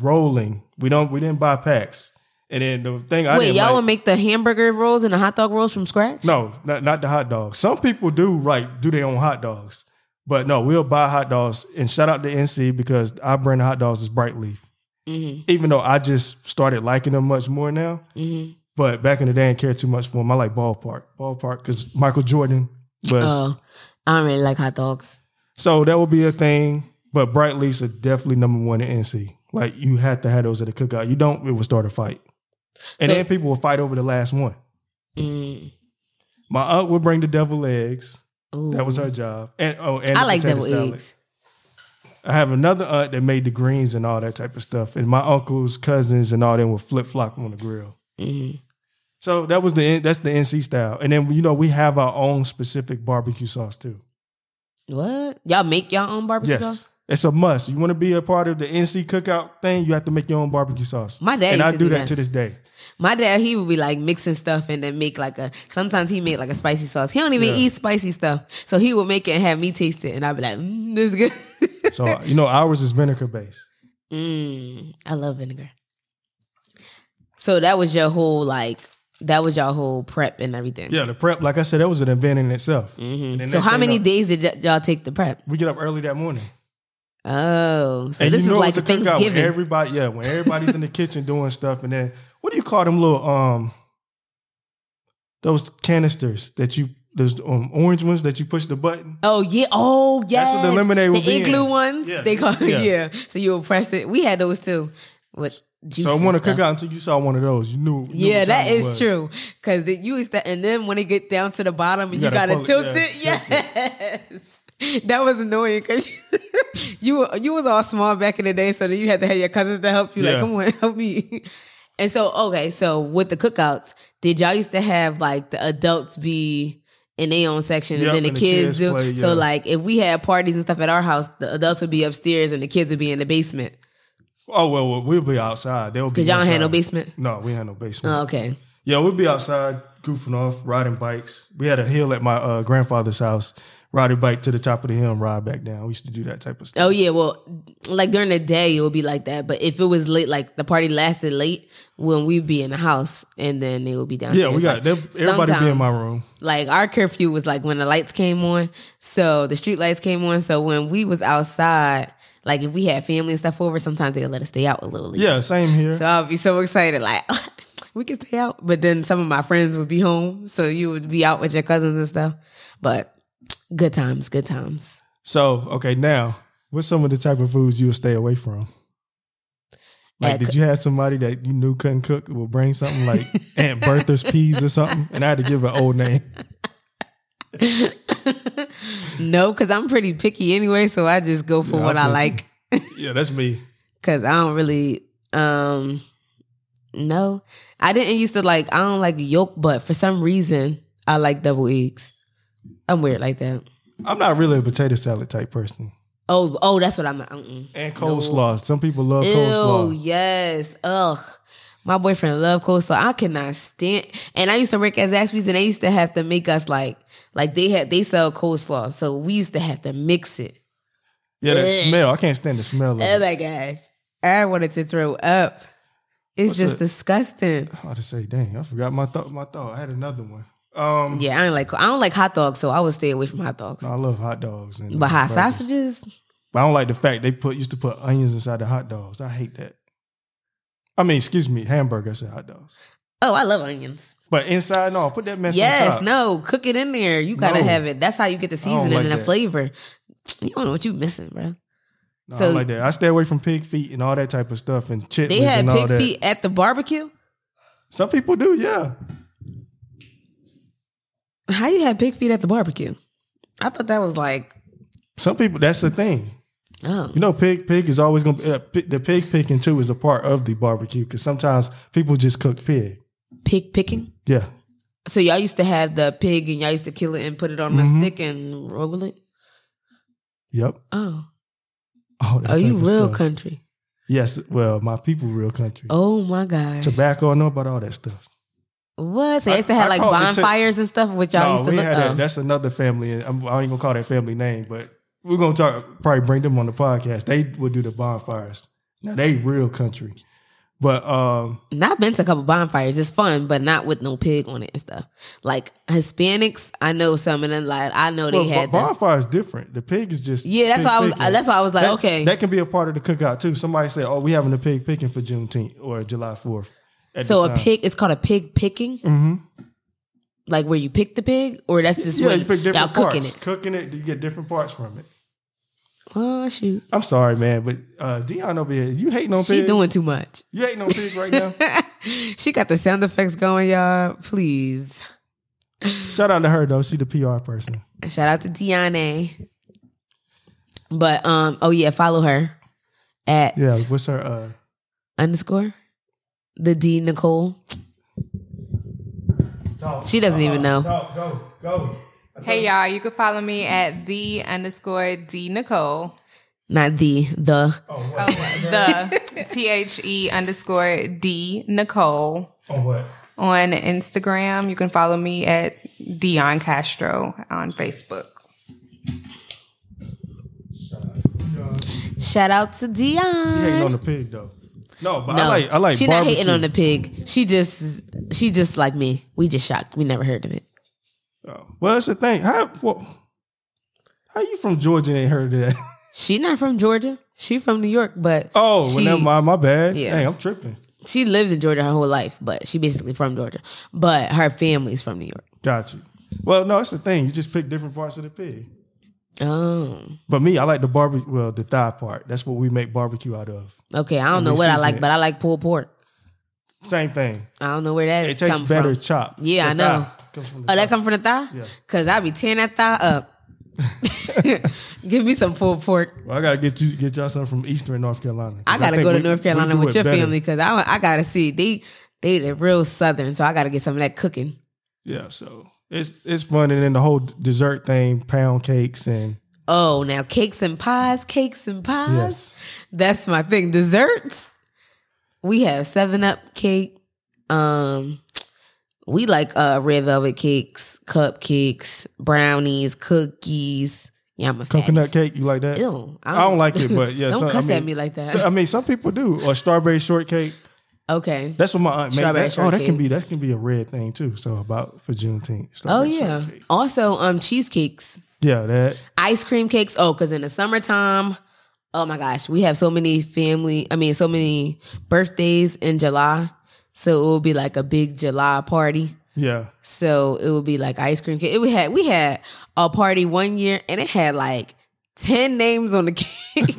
Speaker 2: rolling. We don't we didn't buy packs. And then the thing I
Speaker 3: Wait,
Speaker 2: didn't
Speaker 3: y'all
Speaker 2: like-
Speaker 3: would make the hamburger rolls and the hot dog rolls from scratch?
Speaker 2: No, not, not the hot dogs. Some people do right do their own hot dogs, but no, we'll buy hot dogs. And shout out to NC because our brand of hot dogs is Bright Leaf.
Speaker 3: Mm-hmm.
Speaker 2: Even though I just started liking them much more now,
Speaker 3: Mm-hmm.
Speaker 2: but back in the day, I didn't care too much for them. I like Ballpark, Ballpark because Michael Jordan was.
Speaker 3: Oh, I don't really like hot dogs.
Speaker 2: So that would be a thing. But Bright Leafs are definitely number one in NC. Like you had to have those at a cookout. You don't, it would start a fight, and
Speaker 3: So-
Speaker 2: then people will fight over the last one.
Speaker 3: Mm.
Speaker 2: My aunt would bring the devil eggs.
Speaker 3: Ooh.
Speaker 2: That was her job. And oh, and
Speaker 3: I
Speaker 2: the
Speaker 3: like
Speaker 2: potato
Speaker 3: double
Speaker 2: salad.
Speaker 3: eggs.
Speaker 2: I have another aunt that made the greens and all that type of stuff. And my uncles, cousins, and all them would flip flop on the grill.
Speaker 3: Mhm.
Speaker 2: So that was the that's the NC style. And then you know we have our own specific barbecue sauce too.
Speaker 3: What? Y'all make y'all own barbecue
Speaker 2: Yes,
Speaker 3: sauce?
Speaker 2: it's a must. You want to be a part of the NC cookout thing, you have to make your own barbecue sauce.
Speaker 3: My dad
Speaker 2: and
Speaker 3: used
Speaker 2: I
Speaker 3: to
Speaker 2: do
Speaker 3: do
Speaker 2: that,
Speaker 3: that.
Speaker 2: to this day.
Speaker 3: My dad, he would be like mixing stuff and then make like a. Sometimes he make like a spicy sauce. He don't even
Speaker 2: Yeah.
Speaker 3: eat spicy stuff, so he would make it and have me taste it, and I'd be like, mm, "This is good." [laughs]
Speaker 2: So you know ours is vinegar based.
Speaker 3: mm, I love vinegar. So that was your whole like that was your whole prep and everything. Mm-hmm.
Speaker 2: Yeah, the prep, like I said, that was an event in itself.
Speaker 3: Mm.
Speaker 2: And then
Speaker 3: So
Speaker 2: next
Speaker 3: how
Speaker 2: thing
Speaker 3: many
Speaker 2: you know,
Speaker 3: days did y- y'all take the prep?
Speaker 2: we get up early that morning?
Speaker 3: Oh, so
Speaker 2: you
Speaker 3: this is
Speaker 2: know
Speaker 3: like
Speaker 2: it's a cookout when
Speaker 3: Thanksgiving.
Speaker 2: everybody, yeah, when everybody's in the kitchen doing stuff, and then what do you call them little um those canisters that you those um, orange ones that you push the button.
Speaker 3: Oh yeah. Oh yeah.
Speaker 2: That's what the lemonade will
Speaker 3: The
Speaker 2: be in.
Speaker 3: igloo ones.
Speaker 2: Yeah.
Speaker 3: They call [laughs]
Speaker 2: Yeah.
Speaker 3: yeah. So you will press it. We had those too. With juice
Speaker 2: so I
Speaker 3: and
Speaker 2: want to
Speaker 3: stuff.
Speaker 2: cook out until you saw one of those. You knew. you knew
Speaker 3: Yeah,
Speaker 2: what
Speaker 3: that
Speaker 2: time it
Speaker 3: is
Speaker 2: was.
Speaker 3: true. Cause the, you used to, and then when it get down to the bottom and
Speaker 2: You
Speaker 3: you,
Speaker 2: gotta
Speaker 3: gotta,
Speaker 2: pull
Speaker 3: tilt
Speaker 2: it,
Speaker 3: it,
Speaker 2: yeah,
Speaker 3: yes. [laughs] That was annoying because you [laughs] were- you was all small back in the day, so then you had to have your cousins to help you.
Speaker 2: Yeah.
Speaker 3: Like, come on, [laughs] help me. And so, okay, so with the cookouts, did y'all used to have like the adults be in their own section
Speaker 2: Yep,
Speaker 3: and then the,
Speaker 2: and the kids
Speaker 3: kids, do?
Speaker 2: play, yeah.
Speaker 3: So, like, if we had parties and stuff at our house, the adults would be upstairs and the kids would be in the basement
Speaker 2: Oh well, well, we'll be outside. They'll be
Speaker 3: because y'all don't had no
Speaker 2: outside.
Speaker 3: basement.
Speaker 2: No, we had no basement.
Speaker 3: Oh, okay.
Speaker 2: Yeah, we'd be outside goofing off, riding bikes. We had a hill at my uh, grandfather's house. Ride a bike to the top of the hill and ride back down. We used to do that type of stuff.
Speaker 3: Oh yeah, well, like during the day it would be like that, but if it was late, like the party lasted late, when we'd be in the house, and then they would be downstairs.
Speaker 2: yeah, we got
Speaker 3: Like,
Speaker 2: they- everybody be in my
Speaker 3: sometimes,
Speaker 2: room.
Speaker 3: Like our curfew was like when the lights came on, so the street lights came on. So when we was outside, like if we had family and stuff over, sometimes they would let us stay out a little. Later.
Speaker 2: Yeah, same here.
Speaker 3: So I'll be so excited, like [laughs] we could stay out. But then some of my friends would be home, so you would be out with your cousins and stuff. But good times, good times.
Speaker 2: So, okay, now, what's some of the type of foods you would stay away from? Like,
Speaker 3: Uh,
Speaker 2: did
Speaker 3: cook-
Speaker 2: you have somebody that you knew couldn't cook would bring something
Speaker 3: [laughs]
Speaker 2: like Aunt Bertha's peas or something? And I had to give her an old name.
Speaker 3: [laughs] no, because I'm pretty picky anyway, so I just go for
Speaker 2: Yeah,
Speaker 3: what
Speaker 2: I'm
Speaker 3: I
Speaker 2: picky.
Speaker 3: like.
Speaker 2: Yeah, that's me.
Speaker 3: Cause I don't really um no. I didn't used to like I don't like yolk, but for some reason I like double eggs. I'm weird like that.
Speaker 2: I'm not really a potato salad type person.
Speaker 3: Oh, oh, that's what I'm mm-mm.
Speaker 2: And
Speaker 3: No.
Speaker 2: coleslaw. Some people love
Speaker 3: Ew,
Speaker 2: coleslaw.
Speaker 3: yes. Ugh. My boyfriend loved coleslaw. I cannot stand. And I used to work at Zaxby's, and they used to have to make us like, like they had they sell coleslaw, so we used to have to mix it.
Speaker 2: Yeah, that
Speaker 3: Ugh.
Speaker 2: smell. I can't stand the smell of
Speaker 3: Oh
Speaker 2: it.
Speaker 3: my gosh. I wanted to throw up. It's
Speaker 2: What's
Speaker 3: just
Speaker 2: that?
Speaker 3: disgusting.
Speaker 2: I ought to say, dang, I forgot my thought. My thought. I had another one. Um,
Speaker 3: Yeah, I don't like I don't like hot dogs, so I would stay away from hot dogs.
Speaker 2: no, I love hot dogs. And
Speaker 3: but hot
Speaker 2: burgers.
Speaker 3: sausages,
Speaker 2: But I don't like the fact they put used to put onions inside the hot dogs. I hate that. I mean, excuse me, hamburger. I said hot dogs.
Speaker 3: oh, I love onions.
Speaker 2: But inside, no, put that mess.
Speaker 3: yes,
Speaker 2: on top.
Speaker 3: no, cook it in there. You gotta
Speaker 2: No.
Speaker 3: have it. That's how you get the seasoning
Speaker 2: like
Speaker 3: and the
Speaker 2: that.
Speaker 3: flavor. You don't know what you missing, bro.
Speaker 2: no, I
Speaker 3: so-
Speaker 2: don't like that. I stay away from pig feet and all that type of stuff and chitlins
Speaker 3: They had
Speaker 2: and all
Speaker 3: pig
Speaker 2: that.
Speaker 3: feet at the barbecue.
Speaker 2: Some people do, yeah.
Speaker 3: How you had pig feet at the barbecue? I thought that was like,
Speaker 2: Some people. That's the thing.
Speaker 3: oh,
Speaker 2: You know, pig pig is always gonna be uh, pi- the pig picking too is a part of the barbecue because sometimes people just cook pig.
Speaker 3: pig picking.
Speaker 2: Yeah,
Speaker 3: So y'all used to have the pig and y'all used to kill it and put it on
Speaker 2: Mhm.
Speaker 3: a stick and roll it.
Speaker 2: yep.
Speaker 3: Oh,
Speaker 2: Oh, that
Speaker 3: are
Speaker 2: type
Speaker 3: you
Speaker 2: of
Speaker 3: real
Speaker 2: stuff.
Speaker 3: country?
Speaker 2: Yes. Well, my people, real country.
Speaker 3: Oh my gosh.
Speaker 2: Tobacco. I know about all that stuff.
Speaker 3: What? So
Speaker 2: I-
Speaker 3: they used to have
Speaker 2: I
Speaker 3: like
Speaker 2: called it to-
Speaker 3: bonfires and stuff, which y'all
Speaker 2: No,
Speaker 3: used to
Speaker 2: we
Speaker 3: look
Speaker 2: had that.
Speaker 3: up.
Speaker 2: That's another family. and I'm, I ain't gonna call that family name, but we're gonna talk. Probably bring them on the podcast. They would do the bonfires. Now they real country, but um,
Speaker 3: And I've been to a couple bonfires. It's fun, but not with no pig on it and stuff. Like Hispanics, I know some and then like I know they
Speaker 2: well,
Speaker 3: had
Speaker 2: bo-
Speaker 3: that.
Speaker 2: bonfire is different. The pig is just
Speaker 3: Yeah, that's
Speaker 2: pig
Speaker 3: why I was
Speaker 2: picking.
Speaker 3: that's why I was like,
Speaker 2: That-
Speaker 3: okay.
Speaker 2: that can be a part of the cookout too. Somebody said, "Oh, we having a pig picking for Juneteenth or July 4th. at
Speaker 3: so
Speaker 2: the
Speaker 3: a
Speaker 2: time.
Speaker 3: pig it's called a pig picking,
Speaker 2: hmm
Speaker 3: like where you pick the pig, or that's just
Speaker 2: Yeah,
Speaker 3: when
Speaker 2: you pick
Speaker 3: y'all
Speaker 2: different parts.
Speaker 3: cooking it.
Speaker 2: Cooking it, you get different parts from it.
Speaker 3: Oh shoot.
Speaker 2: I'm sorry, man, but uh, Dion over here, you hating on
Speaker 3: She
Speaker 2: pig?
Speaker 3: doing too much. [laughs]
Speaker 2: you hating on pig right now?
Speaker 3: she got the sound effects going, y'all. Please.
Speaker 2: Shout out to her though. She the PR person.
Speaker 3: Shout out to Deanne. But um, oh yeah, follow her at
Speaker 2: Yeah, what's her uh
Speaker 3: underscore the D Nicole. She doesn't even know.
Speaker 2: go, go.
Speaker 4: Hey y'all, you can follow me at the underscore D Nicole.
Speaker 3: Not the the.
Speaker 2: Oh,
Speaker 4: Oh,
Speaker 2: what?
Speaker 4: the T H E underscore D Nicole
Speaker 2: Oh, what?
Speaker 4: on Instagram. You can follow me at Dion Castro on Facebook.
Speaker 3: Shout out to
Speaker 2: She hating on
Speaker 3: Dion.
Speaker 2: the pig though. No, but
Speaker 3: No,
Speaker 2: I like I like
Speaker 3: she not
Speaker 2: barbecue.
Speaker 3: hating on the pig. She just she just like me. We just shocked. We never heard of it.
Speaker 2: Oh, Well, that's the thing. How well, how you from Georgia ain't heard of that?
Speaker 3: She not from Georgia. She from New York, but
Speaker 2: [laughs] Oh,
Speaker 3: she,
Speaker 2: well, never mind. My bad.
Speaker 3: Yeah.
Speaker 2: Dang, I'm tripping.
Speaker 3: she lived in Georgia her whole life, but she basically from Georgia. But her family's from New York.
Speaker 2: Got you. Well, no, that's the thing. You just pick different parts of the pig.
Speaker 3: Oh,
Speaker 2: But me, I like the barbecue. Well, the thigh part. That's what we make barbecue out of.
Speaker 3: okay. I don't know what I like, but I like pulled pork.
Speaker 2: Same thing.
Speaker 3: I don't know where that
Speaker 2: It tastes
Speaker 3: come
Speaker 2: better
Speaker 3: from.
Speaker 2: chopped.
Speaker 3: Yeah,
Speaker 2: The
Speaker 3: I know.
Speaker 2: thigh comes from the
Speaker 3: Oh, that
Speaker 2: thigh.
Speaker 3: come from the thigh?
Speaker 2: Yeah.
Speaker 3: Cause I be tearing that thigh up. [laughs] Give me some pulled pork.
Speaker 2: Well, I gotta get you get y'all something from Eastern North Carolina. 'Cause
Speaker 3: I gotta
Speaker 2: think
Speaker 3: go to
Speaker 2: we-
Speaker 3: North
Speaker 2: we
Speaker 3: Carolina
Speaker 2: do
Speaker 3: with
Speaker 2: it
Speaker 3: your
Speaker 2: better.
Speaker 3: family because I I gotta see they they the real Southern, so I gotta get some of that cooking.
Speaker 2: Yeah, so it's it's fun, and then the whole dessert thing, pound cakes, and
Speaker 3: Oh, now cakes and pies, cakes and pies.
Speaker 2: yes,
Speaker 3: That's my thing. Desserts. We have seven up cake. Um we like uh red velvet cakes, cupcakes, brownies, cookies. Yeah, I'm a fatty.
Speaker 2: coconut cake. You like that?
Speaker 3: Ew,
Speaker 2: I don't like
Speaker 3: [laughs]
Speaker 2: it, but yeah,
Speaker 3: don't
Speaker 2: some- I
Speaker 3: cuss
Speaker 2: mean-
Speaker 3: at me like that.
Speaker 2: So, I mean, some people do, or strawberry shortcake.
Speaker 3: okay.
Speaker 2: That's what my aunt made.
Speaker 3: Strawberry
Speaker 2: That- oh, that can
Speaker 3: shortcake.
Speaker 2: be that can be a red thing too. So about for Juneteenth.
Speaker 3: Oh
Speaker 2: strawberry
Speaker 3: yeah.
Speaker 2: shortcake.
Speaker 3: Also, um, cheesecakes,
Speaker 2: yeah, that
Speaker 3: ice cream cakes. Oh, because in the summertime, oh my gosh, we have so many family. I mean, so many birthdays in July. So it will be like a big July party.
Speaker 2: yeah.
Speaker 3: So it would be like ice cream cake. It, we had we had a party one year and it had like ten names on the [laughs] cake.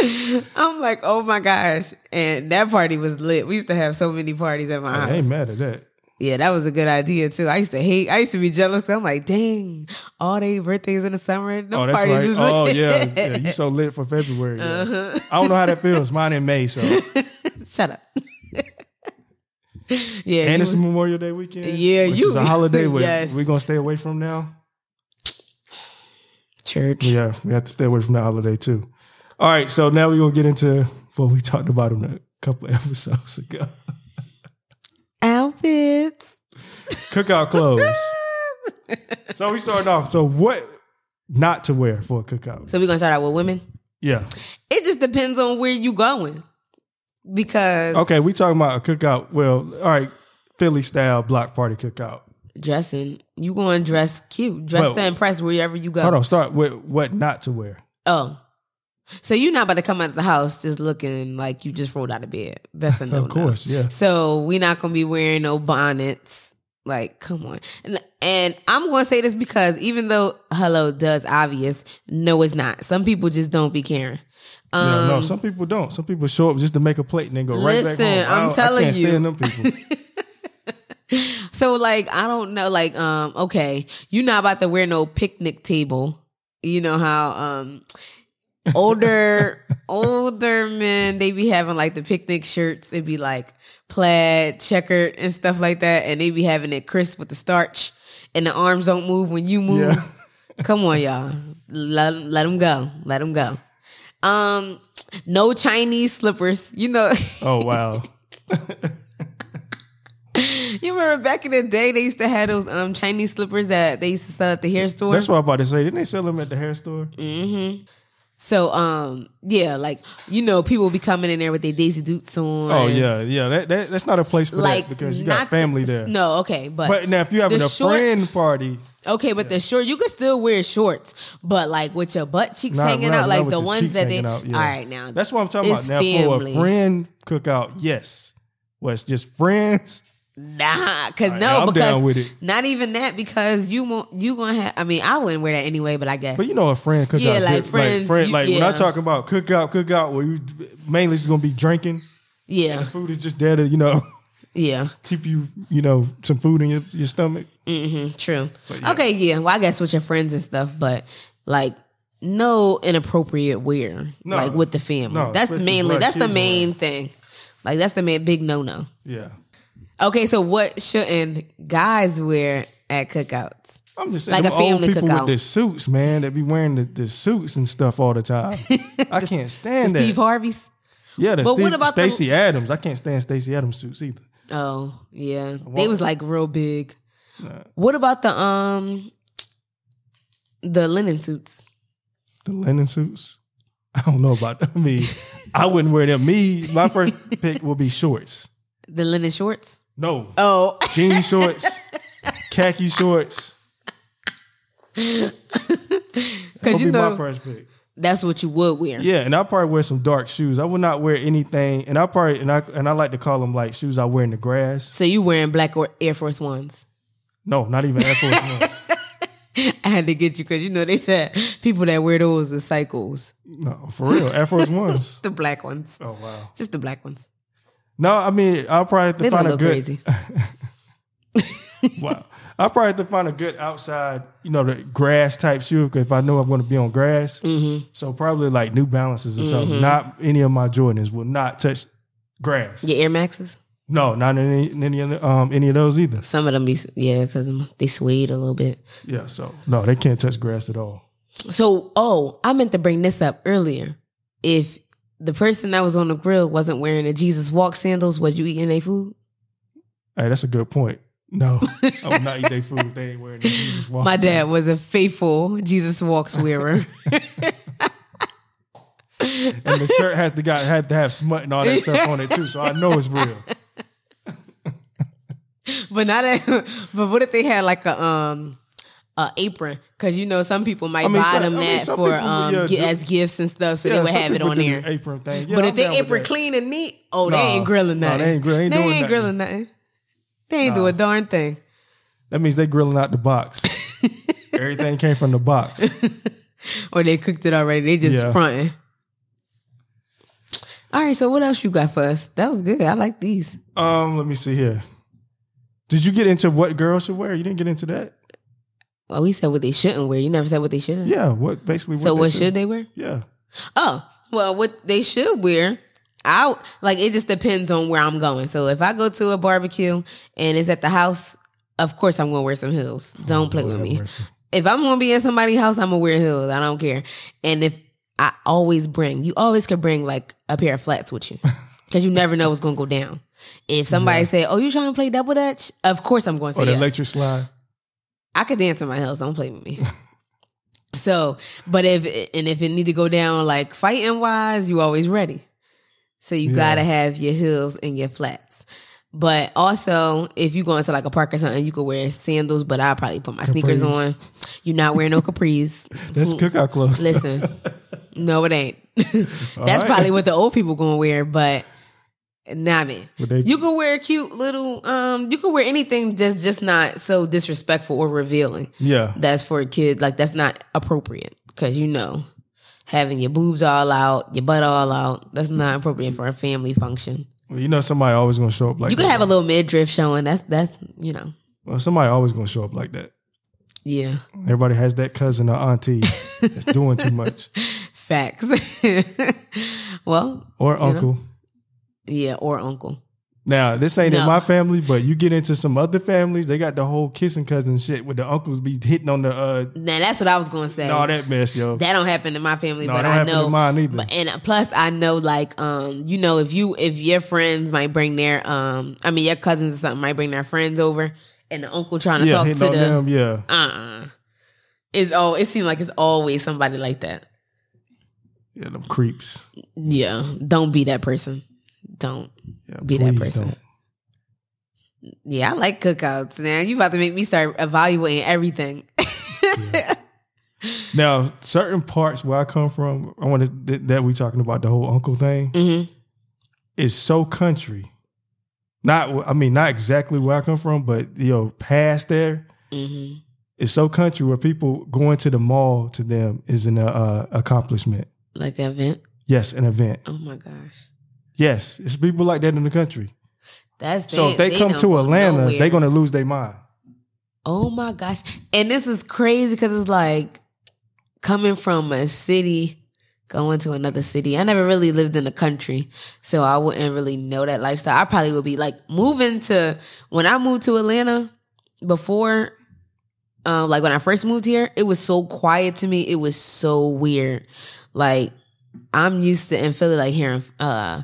Speaker 3: I'm like, oh my gosh! And that party was lit. We used to have so many parties at my house.
Speaker 2: I ain't mad at that.
Speaker 3: Yeah, that was a good idea too. I used to hate. I used to be jealous. 'cause I'm like, dang, all day birthdays in the summer. No
Speaker 2: oh, that's
Speaker 3: parties
Speaker 2: right.
Speaker 3: is
Speaker 2: Oh
Speaker 3: lit.
Speaker 2: yeah,
Speaker 3: [laughs]
Speaker 2: yeah. You so lit for February. yeah.
Speaker 3: Uh-huh.
Speaker 2: I don't know how that feels. Mine in May, so and
Speaker 3: Shut up. [laughs] yeah, you
Speaker 2: it's
Speaker 3: was-
Speaker 2: Memorial Day weekend.
Speaker 3: Yeah,
Speaker 2: which
Speaker 3: you-
Speaker 2: is a holiday.
Speaker 3: [laughs]
Speaker 2: we-
Speaker 3: Yes.
Speaker 2: We're gonna stay away from now.
Speaker 3: church.
Speaker 2: Yeah, we have to stay away from that holiday too. All right, so now we're gonna get into what we talked about in a couple [laughs] episodes ago.
Speaker 3: Outfits.
Speaker 2: cookout
Speaker 3: [laughs]
Speaker 2: clothes. so we started off. So what not to wear for a cookout?
Speaker 3: So we're gonna start out with women.
Speaker 2: Yeah.
Speaker 3: It just depends on where you going, because
Speaker 2: Okay, we talking about a cookout. Well, all right, Philly style block party cookout.
Speaker 3: dressing, you going to dress cute, dress
Speaker 2: Well-
Speaker 3: to impress wherever you go.
Speaker 2: Hold on, start with what not to wear.
Speaker 3: Oh. So you're not about to come out of the house just looking like you just rolled out of bed. That's a Oh, no.
Speaker 2: Of course, yeah.
Speaker 3: So we're not gonna be wearing no bonnets. Like, come on. And, and I'm gonna say this because even though hello does obvious, no, it's not. Some people just don't be caring. Um,
Speaker 2: Yeah, no, some people don't. Some people show up just to make a plate and then go right back home.
Speaker 3: Listen,
Speaker 2: I
Speaker 3: I'm
Speaker 2: don't-
Speaker 3: telling
Speaker 2: I can't
Speaker 3: you.
Speaker 2: Stand them people. [laughs]
Speaker 3: So like I don't know like um okay you're not about to wear no picnic table you know how um older older men they be having like the picnic shirts it'd be like plaid checkered and stuff like that and they be having it crisp with the starch and the arms don't move when you move
Speaker 2: Yeah.
Speaker 3: come on y'all let let them go let them go um no Chinese slippers you know. [laughs]
Speaker 2: Oh wow.
Speaker 3: You remember back in the day, they used to have those um Chinese slippers that they used to sell at the hair store.
Speaker 2: That's what I'm about to say. Didn't they sell them at the hair store?
Speaker 3: so um yeah, like you know, people be coming in there with their Daisy Dukes on.
Speaker 2: Oh yeah, yeah. That, that that's not a place for
Speaker 3: like
Speaker 2: that because you
Speaker 3: not-
Speaker 2: got family there.
Speaker 3: No, okay, but,
Speaker 2: But now if you're having
Speaker 3: the
Speaker 2: a
Speaker 3: short-
Speaker 2: friend party,
Speaker 3: okay, but the short you can still wear shorts, but like with your butt cheeks
Speaker 2: Not-
Speaker 3: hanging
Speaker 2: not- not
Speaker 3: out, like
Speaker 2: with
Speaker 3: the
Speaker 2: your
Speaker 3: ones
Speaker 2: cheeks
Speaker 3: that they.
Speaker 2: hanging out, yeah.
Speaker 3: All right, now
Speaker 2: That's what I'm talking
Speaker 3: it's
Speaker 2: about. Now
Speaker 3: family.
Speaker 2: for a friend cookout, yes, well it's just friends.
Speaker 3: Nah, cause
Speaker 2: right,
Speaker 3: no,
Speaker 2: I'm
Speaker 3: because
Speaker 2: down with it.
Speaker 3: not even that because you won't you gonna have. I mean, I wouldn't wear that anyway, but I guess.
Speaker 2: But you know, a friend cookout,
Speaker 3: Yeah, like
Speaker 2: good-
Speaker 3: friends,
Speaker 2: like, friend,
Speaker 3: you-
Speaker 2: like when
Speaker 3: yeah.
Speaker 2: I'm talking about cookout, cookout, where you mainly it's gonna be drinking.
Speaker 3: yeah,
Speaker 2: Food is just there to you know [laughs]
Speaker 3: yeah.
Speaker 2: keep you you know some food in your, your stomach.
Speaker 3: hmm true. Okay, yeah. Well, I guess with your friends and stuff, but like no inappropriate wear,
Speaker 2: No.
Speaker 3: like with the family.
Speaker 2: No,
Speaker 3: that's
Speaker 2: especially
Speaker 3: mainly
Speaker 2: black
Speaker 3: that's the
Speaker 2: kids
Speaker 3: main
Speaker 2: around.
Speaker 3: thing. Like that's the main big no no.
Speaker 2: Yeah,
Speaker 3: Okay, so what shouldn't guys wear at cookouts?
Speaker 2: I'm just saying,
Speaker 3: Like a
Speaker 2: them old
Speaker 3: family
Speaker 2: people
Speaker 3: cookout.
Speaker 2: with their suits, man, that be wearing the, the suits and stuff all the
Speaker 3: [laughs]
Speaker 2: time. I can't stand that.
Speaker 3: Steve Harvey's.
Speaker 2: yeah, the
Speaker 3: But what
Speaker 2: Steve,
Speaker 3: about the-
Speaker 2: Stacey Adams? I can't stand Stacey Adams suits either.
Speaker 3: Oh yeah, they was like real big. What about the um the linen suits?
Speaker 2: the linen suits. [laughs] I don't know about that. I mean, I wouldn't wear them. Me, my first
Speaker 3: [laughs]
Speaker 2: pick will be shorts.
Speaker 3: The linen shorts?
Speaker 2: No,
Speaker 3: Oh, [laughs]
Speaker 2: jean shorts, khaki shorts.
Speaker 3: because
Speaker 2: Will
Speaker 3: you
Speaker 2: be
Speaker 3: know
Speaker 2: my first pick.
Speaker 3: that's what you would wear.
Speaker 2: Yeah, and I probably wear some dark shoes. I would not wear anything, and I probably and I and I like to call them like shoes I wear in the grass.
Speaker 3: So you wearing black or Air Force Ones?
Speaker 2: No, not even Air Force Ones. [laughs]
Speaker 3: I had to get you because you know they said people that wear those are cycles,
Speaker 2: No, for real, Air Force Ones.
Speaker 3: the black ones,
Speaker 2: Oh wow.
Speaker 3: just the black ones.
Speaker 2: No, I mean I'll probably have to
Speaker 3: They don't
Speaker 2: find a
Speaker 3: look
Speaker 2: good.
Speaker 3: crazy. [laughs]
Speaker 2: Wow. I probably have to find a good outside, you know, the grass type shoe 'cause if I know I'm going to be on grass.
Speaker 3: Mm-hmm.
Speaker 2: So probably like New Balances or something. Not any of my Jordans will not touch grass.
Speaker 3: Your Air Maxes,
Speaker 2: No, not any any of the, um any of those either.
Speaker 3: some of them be yeah because they suede a little bit.
Speaker 2: Yeah. So no, they can't touch grass at all.
Speaker 3: So, oh, I meant to bring this up earlier. If the person that was on the grill wasn't wearing the Jesus Walk sandals, was you eating their food?
Speaker 2: Hey, that's a good point.
Speaker 3: [laughs]
Speaker 2: No, I would not eat their food if they ain't wearing the Jesus walk.
Speaker 3: My dad was a faithful Jesus Walks wearer. [laughs]
Speaker 2: and the shirt has to got had to have smut and all that stuff on it too. So I know it's real.
Speaker 3: but not a, [laughs] but what if they had like a um a apron? Because you know some people might
Speaker 2: I mean,
Speaker 3: buy
Speaker 2: some-
Speaker 3: them
Speaker 2: I mean,
Speaker 3: that
Speaker 2: some
Speaker 3: for
Speaker 2: people,
Speaker 3: um
Speaker 2: yeah,
Speaker 3: gi-
Speaker 2: do-
Speaker 3: as gifts and stuff, so
Speaker 2: Yeah,
Speaker 3: [laughs] they would
Speaker 2: some
Speaker 3: have it
Speaker 2: people
Speaker 3: on
Speaker 2: do the
Speaker 3: there.
Speaker 2: Apron thing. Yeah,
Speaker 3: but
Speaker 2: I'm
Speaker 3: if they
Speaker 2: down with
Speaker 3: apron
Speaker 2: that.
Speaker 3: clean and neat, oh, they
Speaker 2: Nah.
Speaker 3: ain't grilling
Speaker 2: Nah,
Speaker 3: nothing.
Speaker 2: they ain't grill- they ain't doing nothing.
Speaker 3: grilling nothing. They ain't do a darn thing.
Speaker 2: That means they grilling out the
Speaker 3: [laughs]
Speaker 2: box. Everything came from the box.
Speaker 3: or they cooked it already. They just
Speaker 2: Yeah.
Speaker 3: fronting. All right, so what else you got for us? That was good. I like these.
Speaker 2: Um, let me see here. Did you get into what girls should wear? You didn't get into that.
Speaker 3: Well, we said what they shouldn't wear. You never said what they should.
Speaker 2: Yeah. What basically?
Speaker 3: so
Speaker 2: they
Speaker 3: what should they wear?
Speaker 2: Yeah.
Speaker 3: Oh, well, what they should wear. I like it. Just depends on where I'm going. So if I go to a barbecue and it's at the house, of course I'm gonna wear some heels. Don't play with
Speaker 2: Lord have
Speaker 3: me.
Speaker 2: mercy.
Speaker 3: if I'm gonna be in somebody's house, I'm gonna wear heels. I don't care. And if I always bring, you always could bring like a pair of flats with you, because you never know what's gonna go down. If somebody say, "Oh, you trying to play double dutch?" Of course I'm going to say
Speaker 2: Or the
Speaker 3: yes.
Speaker 2: electric Oh, slide.
Speaker 3: I could dance in my heels. Don't play with me. so, but if and if it need to go down like fighting wise, you always ready. So you
Speaker 2: Yeah.
Speaker 3: gotta have your heels and your flats. But also, if you go into like a park or something, you could wear sandals. But I probably put my sneakers
Speaker 2: Capris.
Speaker 3: on. You're not wearing no capris.
Speaker 2: That's cookout clothes.
Speaker 3: Listen,
Speaker 2: [laughs]
Speaker 3: no, it ain't. [laughs] That's
Speaker 2: right.
Speaker 3: probably what the old people gonna wear, but nah, man.
Speaker 2: But they-
Speaker 3: you can wear a cute little. Um, you can wear anything that's just not so disrespectful or revealing.
Speaker 2: Yeah.
Speaker 3: That's for a kid. Like that's not appropriate because you know having your boobs all out, your butt all out. That's not appropriate for a family function.
Speaker 2: Well, you know somebody always gonna show up like
Speaker 3: You could
Speaker 2: that.
Speaker 3: have a little midriff showing. That's that's you know.
Speaker 2: well, somebody always gonna show up like that.
Speaker 3: Yeah,
Speaker 2: Everybody has that cousin or auntie that's doing too
Speaker 3: [laughs]
Speaker 2: much.
Speaker 3: facts. well,
Speaker 2: Or uncle.
Speaker 3: yeah, or uncle.
Speaker 2: Now, this ain't
Speaker 3: No.
Speaker 2: in my family, but you get into some other families, they got the whole kissing cousin shit with the uncles be hitting on the uh
Speaker 3: Now that's what I was gonna say.
Speaker 2: all that mess, yo.
Speaker 3: That don't happen in my family,
Speaker 2: No,
Speaker 3: but
Speaker 2: it don't
Speaker 3: I
Speaker 2: happen
Speaker 3: know
Speaker 2: to mine either.
Speaker 3: But, and uh, plus, I know like um, you know, if you if your friends might bring their um, I mean your cousins or something might bring their friends over, and the uncle trying to
Speaker 2: yeah,
Speaker 3: talk to
Speaker 2: hitting on them,
Speaker 3: the
Speaker 2: yeah.
Speaker 3: uh, uh it's all it seems like it's always somebody like that.
Speaker 2: Yeah, them creeps.
Speaker 3: Yeah, don't be that person. Don't.
Speaker 2: Yeah,
Speaker 3: Be that
Speaker 2: please
Speaker 3: person.
Speaker 2: don't.
Speaker 3: Yeah, I like cookouts. Now you about to make me start evaluating everything. [laughs]
Speaker 2: Now, certain parts where I come from, I want to th- that we talking about the whole uncle thing.
Speaker 3: hmm
Speaker 2: It's so country. Not, wh- I mean, not exactly where I come from, but you know, past there,
Speaker 3: hmm
Speaker 2: it's so country where people going to the mall to them is an uh, accomplishment.
Speaker 3: Like an event.
Speaker 2: Yes, an event.
Speaker 3: Oh my gosh,
Speaker 2: Yes, it's people like that in the country.
Speaker 3: that's
Speaker 2: so if they, come
Speaker 3: don't
Speaker 2: to
Speaker 3: go
Speaker 2: Atlanta,
Speaker 3: nowhere.
Speaker 2: they're gonna lose their mind.
Speaker 3: Oh my gosh. And this is crazy because it's like coming from a city, going to another city. I never really lived in the country, so I wouldn't really know that lifestyle. I probably would be like moving to, when I moved to Atlanta before, uh, like when I first moved here, it was so quiet to me. It was so weird. Like, I'm used to in Philly, like hearing, uh,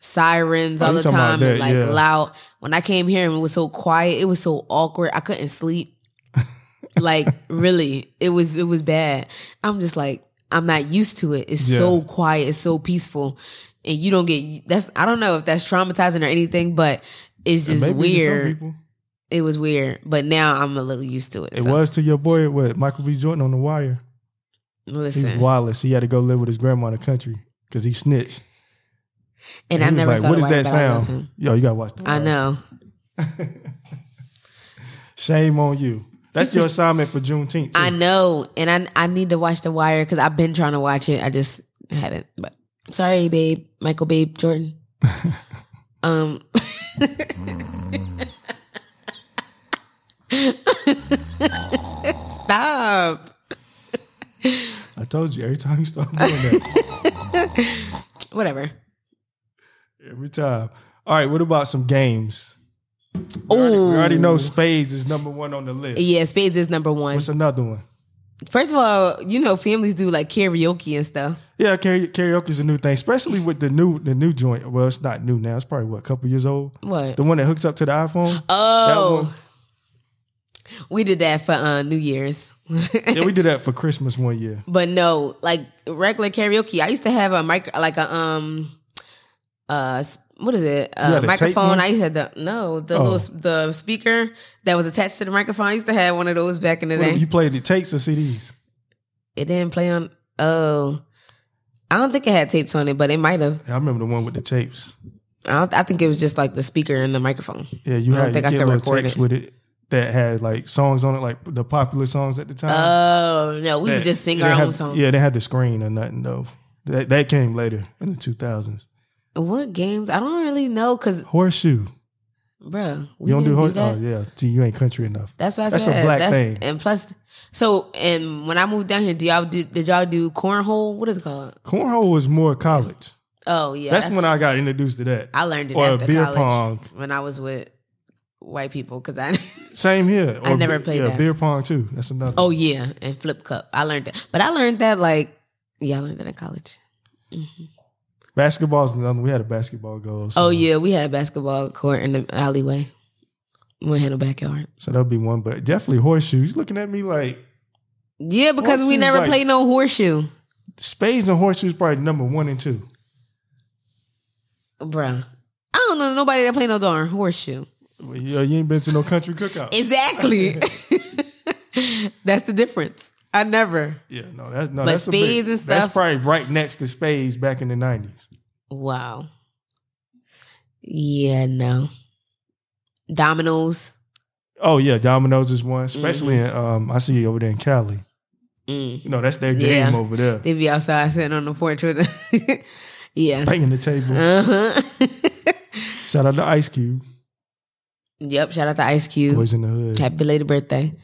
Speaker 3: sirens
Speaker 2: Oh,
Speaker 3: all
Speaker 2: you
Speaker 3: the
Speaker 2: talking about
Speaker 3: time and
Speaker 2: that,
Speaker 3: like
Speaker 2: yeah.
Speaker 3: loud when i came here and it was so quiet it was so awkward i couldn't sleep like really it was it was bad i'm just like i'm not used to it it's
Speaker 2: Yeah.
Speaker 3: so quiet it's so peaceful and you don't get that's i don't know if that's traumatizing or anything but it's
Speaker 2: And maybe to
Speaker 3: just
Speaker 2: some
Speaker 3: weird
Speaker 2: people.
Speaker 3: it was weird but now i'm a little used to it,
Speaker 2: It
Speaker 3: so.
Speaker 2: was to your boy, what Michael B. Jordan on the wire. He was
Speaker 3: Listen,
Speaker 2: wireless. He had to go live with his grandma in the country because he snitched.
Speaker 3: and I
Speaker 2: he was
Speaker 3: never saw
Speaker 2: "What
Speaker 3: the
Speaker 2: is
Speaker 3: wire,
Speaker 2: that
Speaker 3: but I love
Speaker 2: sound?
Speaker 3: him.
Speaker 2: Yo, you gotta watch. The
Speaker 3: I
Speaker 2: Wire.
Speaker 3: know.
Speaker 2: Shame on you.
Speaker 3: [laughs]
Speaker 2: That's your assignment for Juneteenth.
Speaker 3: I
Speaker 2: too.
Speaker 3: know, and I I need to watch The Wire because I've been trying to watch it. I just haven't. But sorry, babe, Michael, babe, Jordan. um, [laughs] stop.
Speaker 2: I told you every time you start doing
Speaker 3: [laughs]
Speaker 2: that.
Speaker 3: Whatever.
Speaker 2: every time. All right. What about some games? We already, we already know Spades is number one on the list.
Speaker 3: Yeah, Spades is number one.
Speaker 2: What's another one?
Speaker 3: First of all, you know families do like karaoke and stuff.
Speaker 2: Yeah, karaoke karaoke's a new thing, especially with the new the new joint. Well, it's not new now. It's probably what a couple years old.
Speaker 3: What?
Speaker 2: The one that hooks up to the iPhone.
Speaker 3: oh,
Speaker 2: one.
Speaker 3: we did that for uh, New Year's. [laughs]
Speaker 2: Yeah, we did that for Christmas one year.
Speaker 3: But no, like regular karaoke. I used to have a mic, like a um, uh, s- what is it?
Speaker 2: You
Speaker 3: Uh,
Speaker 2: had a tape
Speaker 3: microphone.
Speaker 2: one?
Speaker 3: I used to have the no, the
Speaker 2: Oh.
Speaker 3: little s- the speaker that was attached to the microphone. I used to have one of those back in the
Speaker 2: What,
Speaker 3: day.
Speaker 2: you played the tapes or CDs?
Speaker 3: it didn't play on. Oh, I don't think it had tapes on it, but it might have.
Speaker 2: Yeah, I remember the one with the tapes.
Speaker 3: I, don't, I think it was just like the speaker and the microphone.
Speaker 2: Yeah, you
Speaker 3: I don't
Speaker 2: had
Speaker 3: think I
Speaker 2: you get
Speaker 3: can
Speaker 2: little
Speaker 3: record
Speaker 2: tapes
Speaker 3: it.
Speaker 2: with it that had like songs on it, like the popular songs at the time.
Speaker 3: Oh no, we
Speaker 2: That-
Speaker 3: would just sing
Speaker 2: they
Speaker 3: our
Speaker 2: Uh, didn't
Speaker 3: own
Speaker 2: have-
Speaker 3: songs.
Speaker 2: Yeah, they had the screen or nothing though. That, that came later in the two thousands.
Speaker 3: What games? I don't really know, cause
Speaker 2: Horseshoe.
Speaker 3: bruh, we
Speaker 2: You don't do
Speaker 3: didn't
Speaker 2: horseshoe.
Speaker 3: that.
Speaker 2: oh yeah, Gee, you ain't country enough.
Speaker 3: That's what I
Speaker 2: That's a
Speaker 3: said.
Speaker 2: black
Speaker 3: That's,
Speaker 2: thing.
Speaker 3: And plus, so and when I moved down here, do y'all do? Did y'all do cornhole? What is it called?
Speaker 2: Cornhole was more college.
Speaker 3: Oh yeah,
Speaker 2: that's, when I got introduced to that.
Speaker 3: I learned it
Speaker 2: or
Speaker 3: after
Speaker 2: beer
Speaker 3: college
Speaker 2: pong.
Speaker 3: when I was with white people because I. [laughs]
Speaker 2: Same here.
Speaker 3: I
Speaker 2: Or
Speaker 3: never
Speaker 2: be-
Speaker 3: played
Speaker 2: yeah,
Speaker 3: that.
Speaker 2: Beer pong too. That's another.
Speaker 3: oh yeah, and flip cup. I learned that, but I learned that like yeah, I learned that in college.
Speaker 2: Basketball's another. We had a basketball goal. So,
Speaker 3: Oh yeah, we had a basketball court in the alleyway. We had a backyard.
Speaker 2: So that'll be one, but definitely horseshoes. He's Looking at me like
Speaker 3: Yeah, because we
Speaker 2: Horseshoe
Speaker 3: never
Speaker 2: bike.
Speaker 3: played no horseshoe,
Speaker 2: spades and horseshoes probably number one and two.
Speaker 3: bruh. I don't know nobody that played no darn horseshoe.
Speaker 2: Well, You, you ain't been to no country cookout.
Speaker 3: Exactly. [laughs] That's the difference. I never.
Speaker 2: yeah, no, that's no.
Speaker 3: But
Speaker 2: that's a big-
Speaker 3: spades and
Speaker 2: That's
Speaker 3: stuff-
Speaker 2: probably right next to spades back in the nineties.
Speaker 3: Wow. Yeah, no. Dominoes.
Speaker 2: Oh yeah, dominoes is one, especially
Speaker 3: Mm-hmm.
Speaker 2: in, um, I see you over there in Cali.
Speaker 3: Mm.
Speaker 2: You know that's their
Speaker 3: Yeah.
Speaker 2: game over there,
Speaker 3: They be outside sitting on the porch with [laughs] them. yeah.
Speaker 2: banging the table.
Speaker 3: Uh-huh. [laughs]
Speaker 2: Shout out to Ice Cube,
Speaker 3: yep. Shout out to Ice Cube.
Speaker 2: Boys in the Hood.
Speaker 3: Happy belated birthday.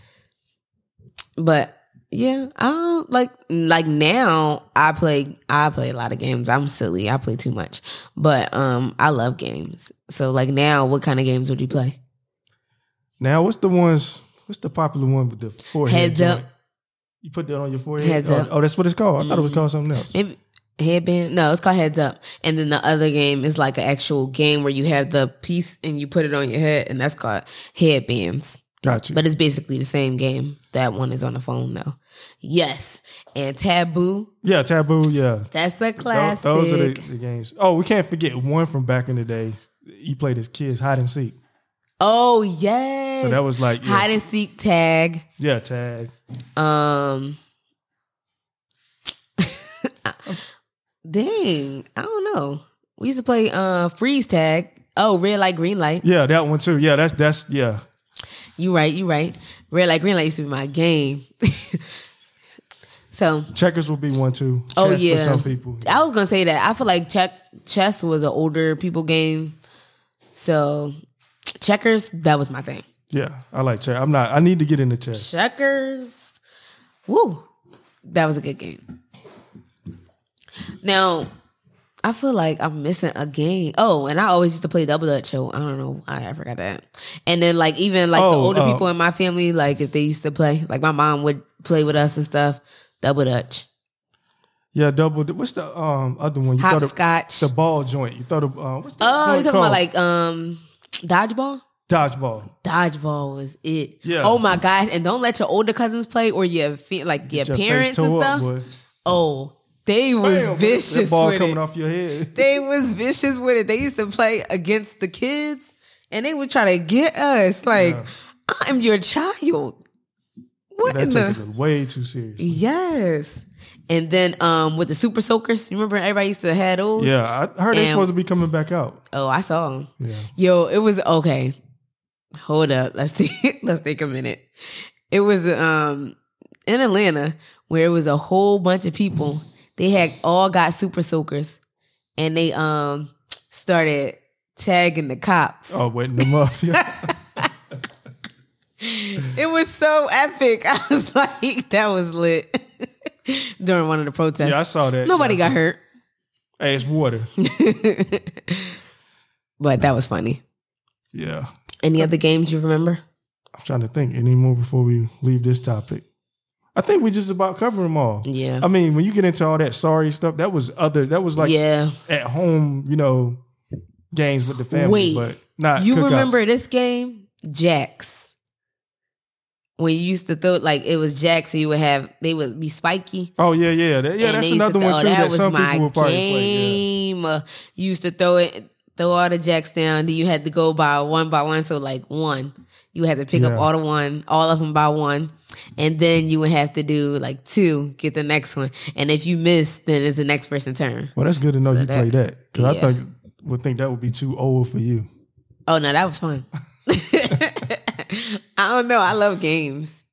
Speaker 3: But yeah, I don't like like now I play I play a lot of games. I'm silly. I play too much. But um I love games. So like now what kind of games would you play?
Speaker 2: Now, what's the ones? What's the popular one with the forehead?
Speaker 3: Heads up.
Speaker 2: joint? You put that on your forehead.
Speaker 3: Heads
Speaker 2: oh,
Speaker 3: up.
Speaker 2: Oh, that's what it's called. I thought it was
Speaker 3: Mhm.
Speaker 2: called something else.
Speaker 3: Maybe headband. No, it's called heads up. And then the other game is like an actual game where you have the piece and you put it on your head and that's called headbands.
Speaker 2: Gotcha.
Speaker 3: But it's basically the same game. That one is on the phone though. Yes. And taboo.
Speaker 2: yeah, taboo. Yeah,
Speaker 3: That's a
Speaker 2: Tho-
Speaker 3: classic.
Speaker 2: Those are the, the games. Oh, we can't forget one from back in the day. You played as kids hide and seek.
Speaker 3: Oh yes.
Speaker 2: So that was like
Speaker 3: hide
Speaker 2: yeah,
Speaker 3: and seek tag.
Speaker 2: yeah tag.
Speaker 3: Um [laughs] Dang, I don't know. We used to play uh freeze tag. Oh, red light, green light.
Speaker 2: Yeah, that one too. Yeah, that's that's yeah.
Speaker 3: You right, you right. Red light, green light used to be my game. [laughs] so
Speaker 2: Checkers will be one too.
Speaker 3: Oh,
Speaker 2: Chess
Speaker 3: yeah.
Speaker 2: for some people.
Speaker 3: I was gonna say that. I feel like check chess was an older people game. So checkers, that was my thing.
Speaker 2: Yeah, I like chess. I'm not. I need to get into chess.
Speaker 3: Checkers. Woo. That was a good game. Now, I feel like I'm missing a game. Oh, and I always used to play Double Dutch Show. I don't know. I, I forgot that. And then, like, even like the
Speaker 2: Oh,
Speaker 3: older
Speaker 2: uh,
Speaker 3: people in my family, like, if they used to play, like, my mom would play with us and stuff. Double Dutch.
Speaker 2: Yeah, double. What's the um other one? You throw the-
Speaker 3: Hopscotch.
Speaker 2: The ball joint. You throw the. Uh, what's the
Speaker 3: oh, you're
Speaker 2: joint
Speaker 3: talking
Speaker 2: called?
Speaker 3: about, like, um, dodgeball?
Speaker 2: dodgeball.
Speaker 3: Dodgeball was it.
Speaker 2: Yeah.
Speaker 3: Oh, my gosh. And don't let your older cousins play or your, fe- like, your,
Speaker 2: Your face
Speaker 3: parents and
Speaker 2: tore up,
Speaker 3: stuff.
Speaker 2: boy.
Speaker 3: Oh, they was
Speaker 2: Bam, boy,
Speaker 3: vicious
Speaker 2: That ball
Speaker 3: with
Speaker 2: coming
Speaker 3: it.
Speaker 2: off your head.
Speaker 3: They was vicious with it. They used to play against the kids, and they would try to get us. Like,
Speaker 2: Yeah.
Speaker 3: I'm your child. What
Speaker 2: That
Speaker 3: in
Speaker 2: took
Speaker 3: the?
Speaker 2: it way too serious.
Speaker 3: Yes. And then um with the super soakers, you remember everybody used to have those?
Speaker 2: Yeah, I heard they're
Speaker 3: And-
Speaker 2: supposed to be coming back out.
Speaker 3: Oh, I saw them.
Speaker 2: Yeah.
Speaker 3: Yo, it was okay. Hold up. Let's take [laughs] let's take a minute. It was um in Atlanta where it was a whole bunch of people. They had all got super soakers and they um started tagging the cops.
Speaker 2: Oh, wetting them up. [laughs] Yeah.
Speaker 3: It was so epic. [laughs] I was like, that was lit [laughs] during one of the protests.
Speaker 2: Yeah, I saw that.
Speaker 3: Nobody
Speaker 2: Yeah.
Speaker 3: got hurt. [laughs]
Speaker 2: Hey, it's water.
Speaker 3: but that was funny.
Speaker 2: Yeah.
Speaker 3: Any other games you remember?
Speaker 2: I'm trying to think any more before we leave this topic. I think we just about cover them all.
Speaker 3: Yeah.
Speaker 2: I mean, when you get into all that sorry stuff, that was other. That was like
Speaker 3: yeah.
Speaker 2: at home, you know, games with the family,
Speaker 3: Wait,
Speaker 2: but not.
Speaker 3: You
Speaker 2: cookouts.
Speaker 3: remember this game? Jacks. When you used to throw like it was Jacks, and you would have they would be spiky.
Speaker 2: Oh yeah, yeah, that, yeah.
Speaker 3: and
Speaker 2: That's
Speaker 3: they used to
Speaker 2: another
Speaker 3: throw-
Speaker 2: one too
Speaker 3: That,
Speaker 2: that,
Speaker 3: was
Speaker 2: some
Speaker 3: my
Speaker 2: people would probably play.
Speaker 3: game. Uh, You used to throw it, throw all the Jacks down. Then you had to go by one by one. So like one, you had to pick
Speaker 2: Yeah.
Speaker 3: up all the one, all of them by one, and then you would have to do like two, get the next one, and if you miss, then it's the next person's turn.
Speaker 2: Yeah. Well, that's good to know
Speaker 3: So
Speaker 2: you
Speaker 3: that-
Speaker 2: play that because
Speaker 3: yeah.
Speaker 2: I think would think that would be too old for you.
Speaker 3: Oh no, that was fun. [laughs] I don't know. I love games.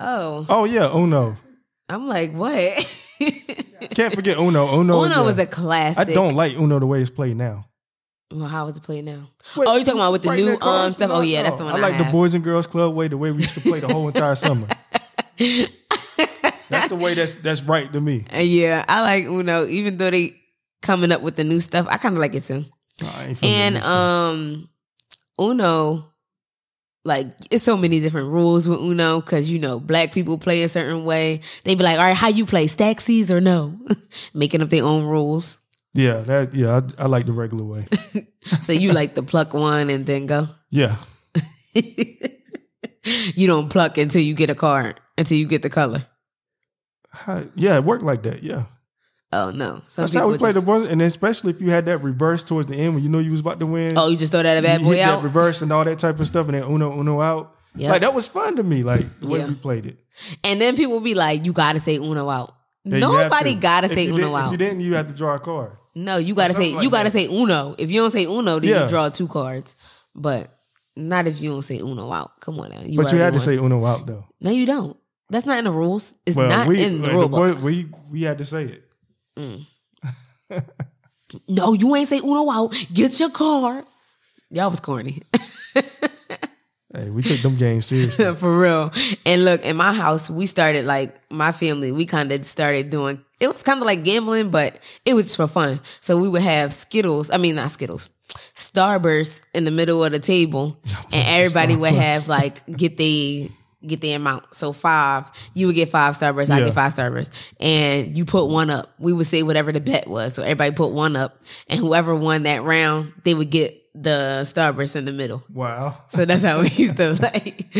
Speaker 3: Oh,
Speaker 2: Oh yeah, Uno.
Speaker 3: I'm like what?
Speaker 2: [laughs] Can't forget Uno.
Speaker 3: [laughs]
Speaker 2: Uno.
Speaker 3: Uno was
Speaker 2: Oh, yeah.
Speaker 3: a classic.
Speaker 2: I don't like Uno the way it's played now.
Speaker 3: Well, how is it played now?
Speaker 2: Wait,
Speaker 3: oh, you talking about with the
Speaker 2: right
Speaker 3: new
Speaker 2: there, Carl?
Speaker 3: um stuff?
Speaker 2: No,
Speaker 3: Oh yeah,
Speaker 2: no.
Speaker 3: that's the one. I,
Speaker 2: I like the
Speaker 3: have.
Speaker 2: Boys and Girls Club way the way we used to play the whole entire
Speaker 3: [laughs]
Speaker 2: summer. that's the way that's that's right to me.
Speaker 3: Uh, Yeah, I like Uno. Even though they coming up with the new stuff, I kind of like it too.
Speaker 2: I ain't feeling
Speaker 3: And
Speaker 2: that stuff.
Speaker 3: um, Uno, like it's so many different rules with Uno because you know black people play a certain way. They be like, all right, how you play Staxies or no, [laughs] making up their own rules.
Speaker 2: yeah, that yeah, I, I like the regular way.
Speaker 3: So you like to pluck one and then go.
Speaker 2: Yeah,
Speaker 3: you don't pluck until you get a card, until you get the color.
Speaker 2: How- yeah, it worked like that. Yeah,
Speaker 3: Oh no, some
Speaker 2: that's how we
Speaker 3: people
Speaker 2: played
Speaker 3: just-
Speaker 2: the boys, and especially if you had that reverse towards the end when you know you was about to win.
Speaker 3: Oh, you just throw
Speaker 2: [laughs]
Speaker 3: that bad
Speaker 2: you hit
Speaker 3: boy out.
Speaker 2: that reverse and all that type of stuff, and then Uno Uno out.
Speaker 3: Yep.
Speaker 2: Like that was fun to me. Like the way
Speaker 3: Yeah.
Speaker 2: we played it.
Speaker 3: And then people be like, you gotta say Uno out.
Speaker 2: Yeah, you have
Speaker 3: Nobody
Speaker 2: to.
Speaker 3: gotta
Speaker 2: If
Speaker 3: say
Speaker 2: you
Speaker 3: Uno
Speaker 2: didn't- If you
Speaker 3: out.
Speaker 2: didn't, you had to draw a card.
Speaker 3: No, you gotta say
Speaker 2: something like
Speaker 3: you gotta
Speaker 2: that.
Speaker 3: say Uno. If you don't say Uno, then
Speaker 2: Yeah.
Speaker 3: you draw two cards. But not if you don't say Uno out. Come on now. You
Speaker 2: but you
Speaker 3: already
Speaker 2: had to
Speaker 3: won.
Speaker 2: say Uno out though.
Speaker 3: No, you don't. That's not in the rules. It's not
Speaker 2: we,
Speaker 3: in the
Speaker 2: like,
Speaker 3: rule
Speaker 2: boy-
Speaker 3: book.
Speaker 2: we we had to say it.
Speaker 3: No, you ain't say Uno out. Get your card. Y'all was corny.
Speaker 2: Hey, we took them games
Speaker 3: [laughs]
Speaker 2: seriously.
Speaker 3: For real. And look, in my house, we started like my family, we kind of started doing it was kind of like gambling, but it was for fun. So we would have Skittles, I mean, not Skittles, Starburst in the middle of the table, and everybody would have like get the get the amount. So five, you would get five Starbursts, I
Speaker 2: Yeah.
Speaker 3: get five Starbursts, and you put one up. We would say whatever the bet was. So everybody put one up, and whoever won that round, they would get the Starburst in the middle.
Speaker 2: wow.
Speaker 3: So that's how we [laughs] used to like.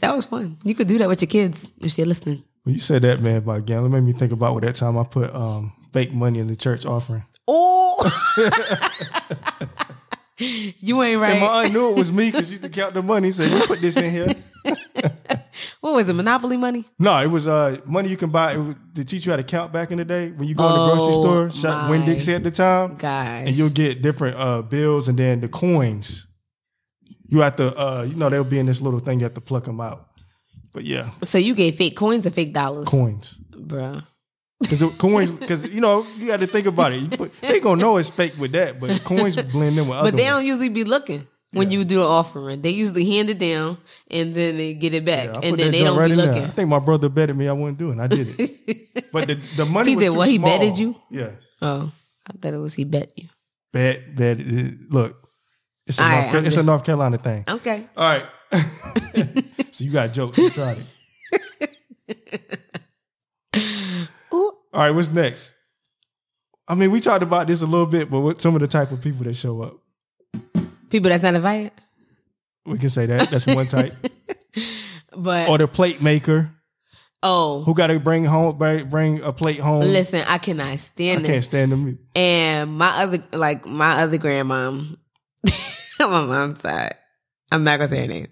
Speaker 3: That was fun. You could do that with your kids if they're listening.
Speaker 2: When you said that, man, about gambling, it made me think about what that time I put um, fake money in the church offering. [laughs]
Speaker 3: Oh, you ain't
Speaker 2: And my
Speaker 3: right.
Speaker 2: aunt knew it was me because she used to count the money. Said, "You put this in
Speaker 3: [laughs]
Speaker 2: here."
Speaker 3: What was it? Monopoly money?
Speaker 2: No, it was uh, money you can buy it was- to teach you how to count back in the day when you go in the grocery
Speaker 3: Oh,
Speaker 2: store, shop Winn
Speaker 3: my
Speaker 2: Dixie at the time,
Speaker 3: Guys,
Speaker 2: and you'll get different uh, bills and then the coins. You have to, uh, you know, they'll be in this little thing. You have to pluck them out. But yeah,
Speaker 3: so you gave fake coins or fake dollars,
Speaker 2: coins.
Speaker 3: bruh.
Speaker 2: Because the coins, because you know, you got to think about it. You put, they gonna know it's fake with that, but the coins blend in with other.
Speaker 3: But they
Speaker 2: ones.
Speaker 3: don't usually be looking when you do the offering. They usually hand it down and then they get it back,
Speaker 2: Yeah, I put
Speaker 3: and then
Speaker 2: that
Speaker 3: they
Speaker 2: joint
Speaker 3: don't
Speaker 2: right
Speaker 3: be
Speaker 2: in there.
Speaker 3: looking.
Speaker 2: I think my brother betted me I wouldn't do it. and I did it,
Speaker 3: [laughs]
Speaker 2: but the, the money
Speaker 3: He
Speaker 2: was
Speaker 3: did
Speaker 2: too
Speaker 3: what? He
Speaker 2: small.
Speaker 3: betted you?
Speaker 2: Yeah,
Speaker 3: Oh, I thought it was he bet you.
Speaker 2: bet bet. Look, it's a,
Speaker 3: All
Speaker 2: North,
Speaker 3: right,
Speaker 2: Ca-
Speaker 3: I'm
Speaker 2: it's a
Speaker 3: good. Oh.
Speaker 2: North Carolina thing.
Speaker 3: Okay,
Speaker 2: All right, [laughs] so you got jokes. You tried it.
Speaker 3: Ooh,
Speaker 2: All right, what's next? I mean, we talked about this a little bit, but what some of the type of people that show up,
Speaker 3: people that's not invited,
Speaker 2: we can say that that's one
Speaker 3: [laughs]
Speaker 2: type.
Speaker 3: but
Speaker 2: or the plate maker
Speaker 3: oh,
Speaker 2: who got to bring home bring, bring a plate home.
Speaker 3: listen, I cannot
Speaker 2: I
Speaker 3: stand this.
Speaker 2: can't stand them.
Speaker 3: And my other, like my other grandmom, [laughs] my mom's side. I'm not gonna say her name,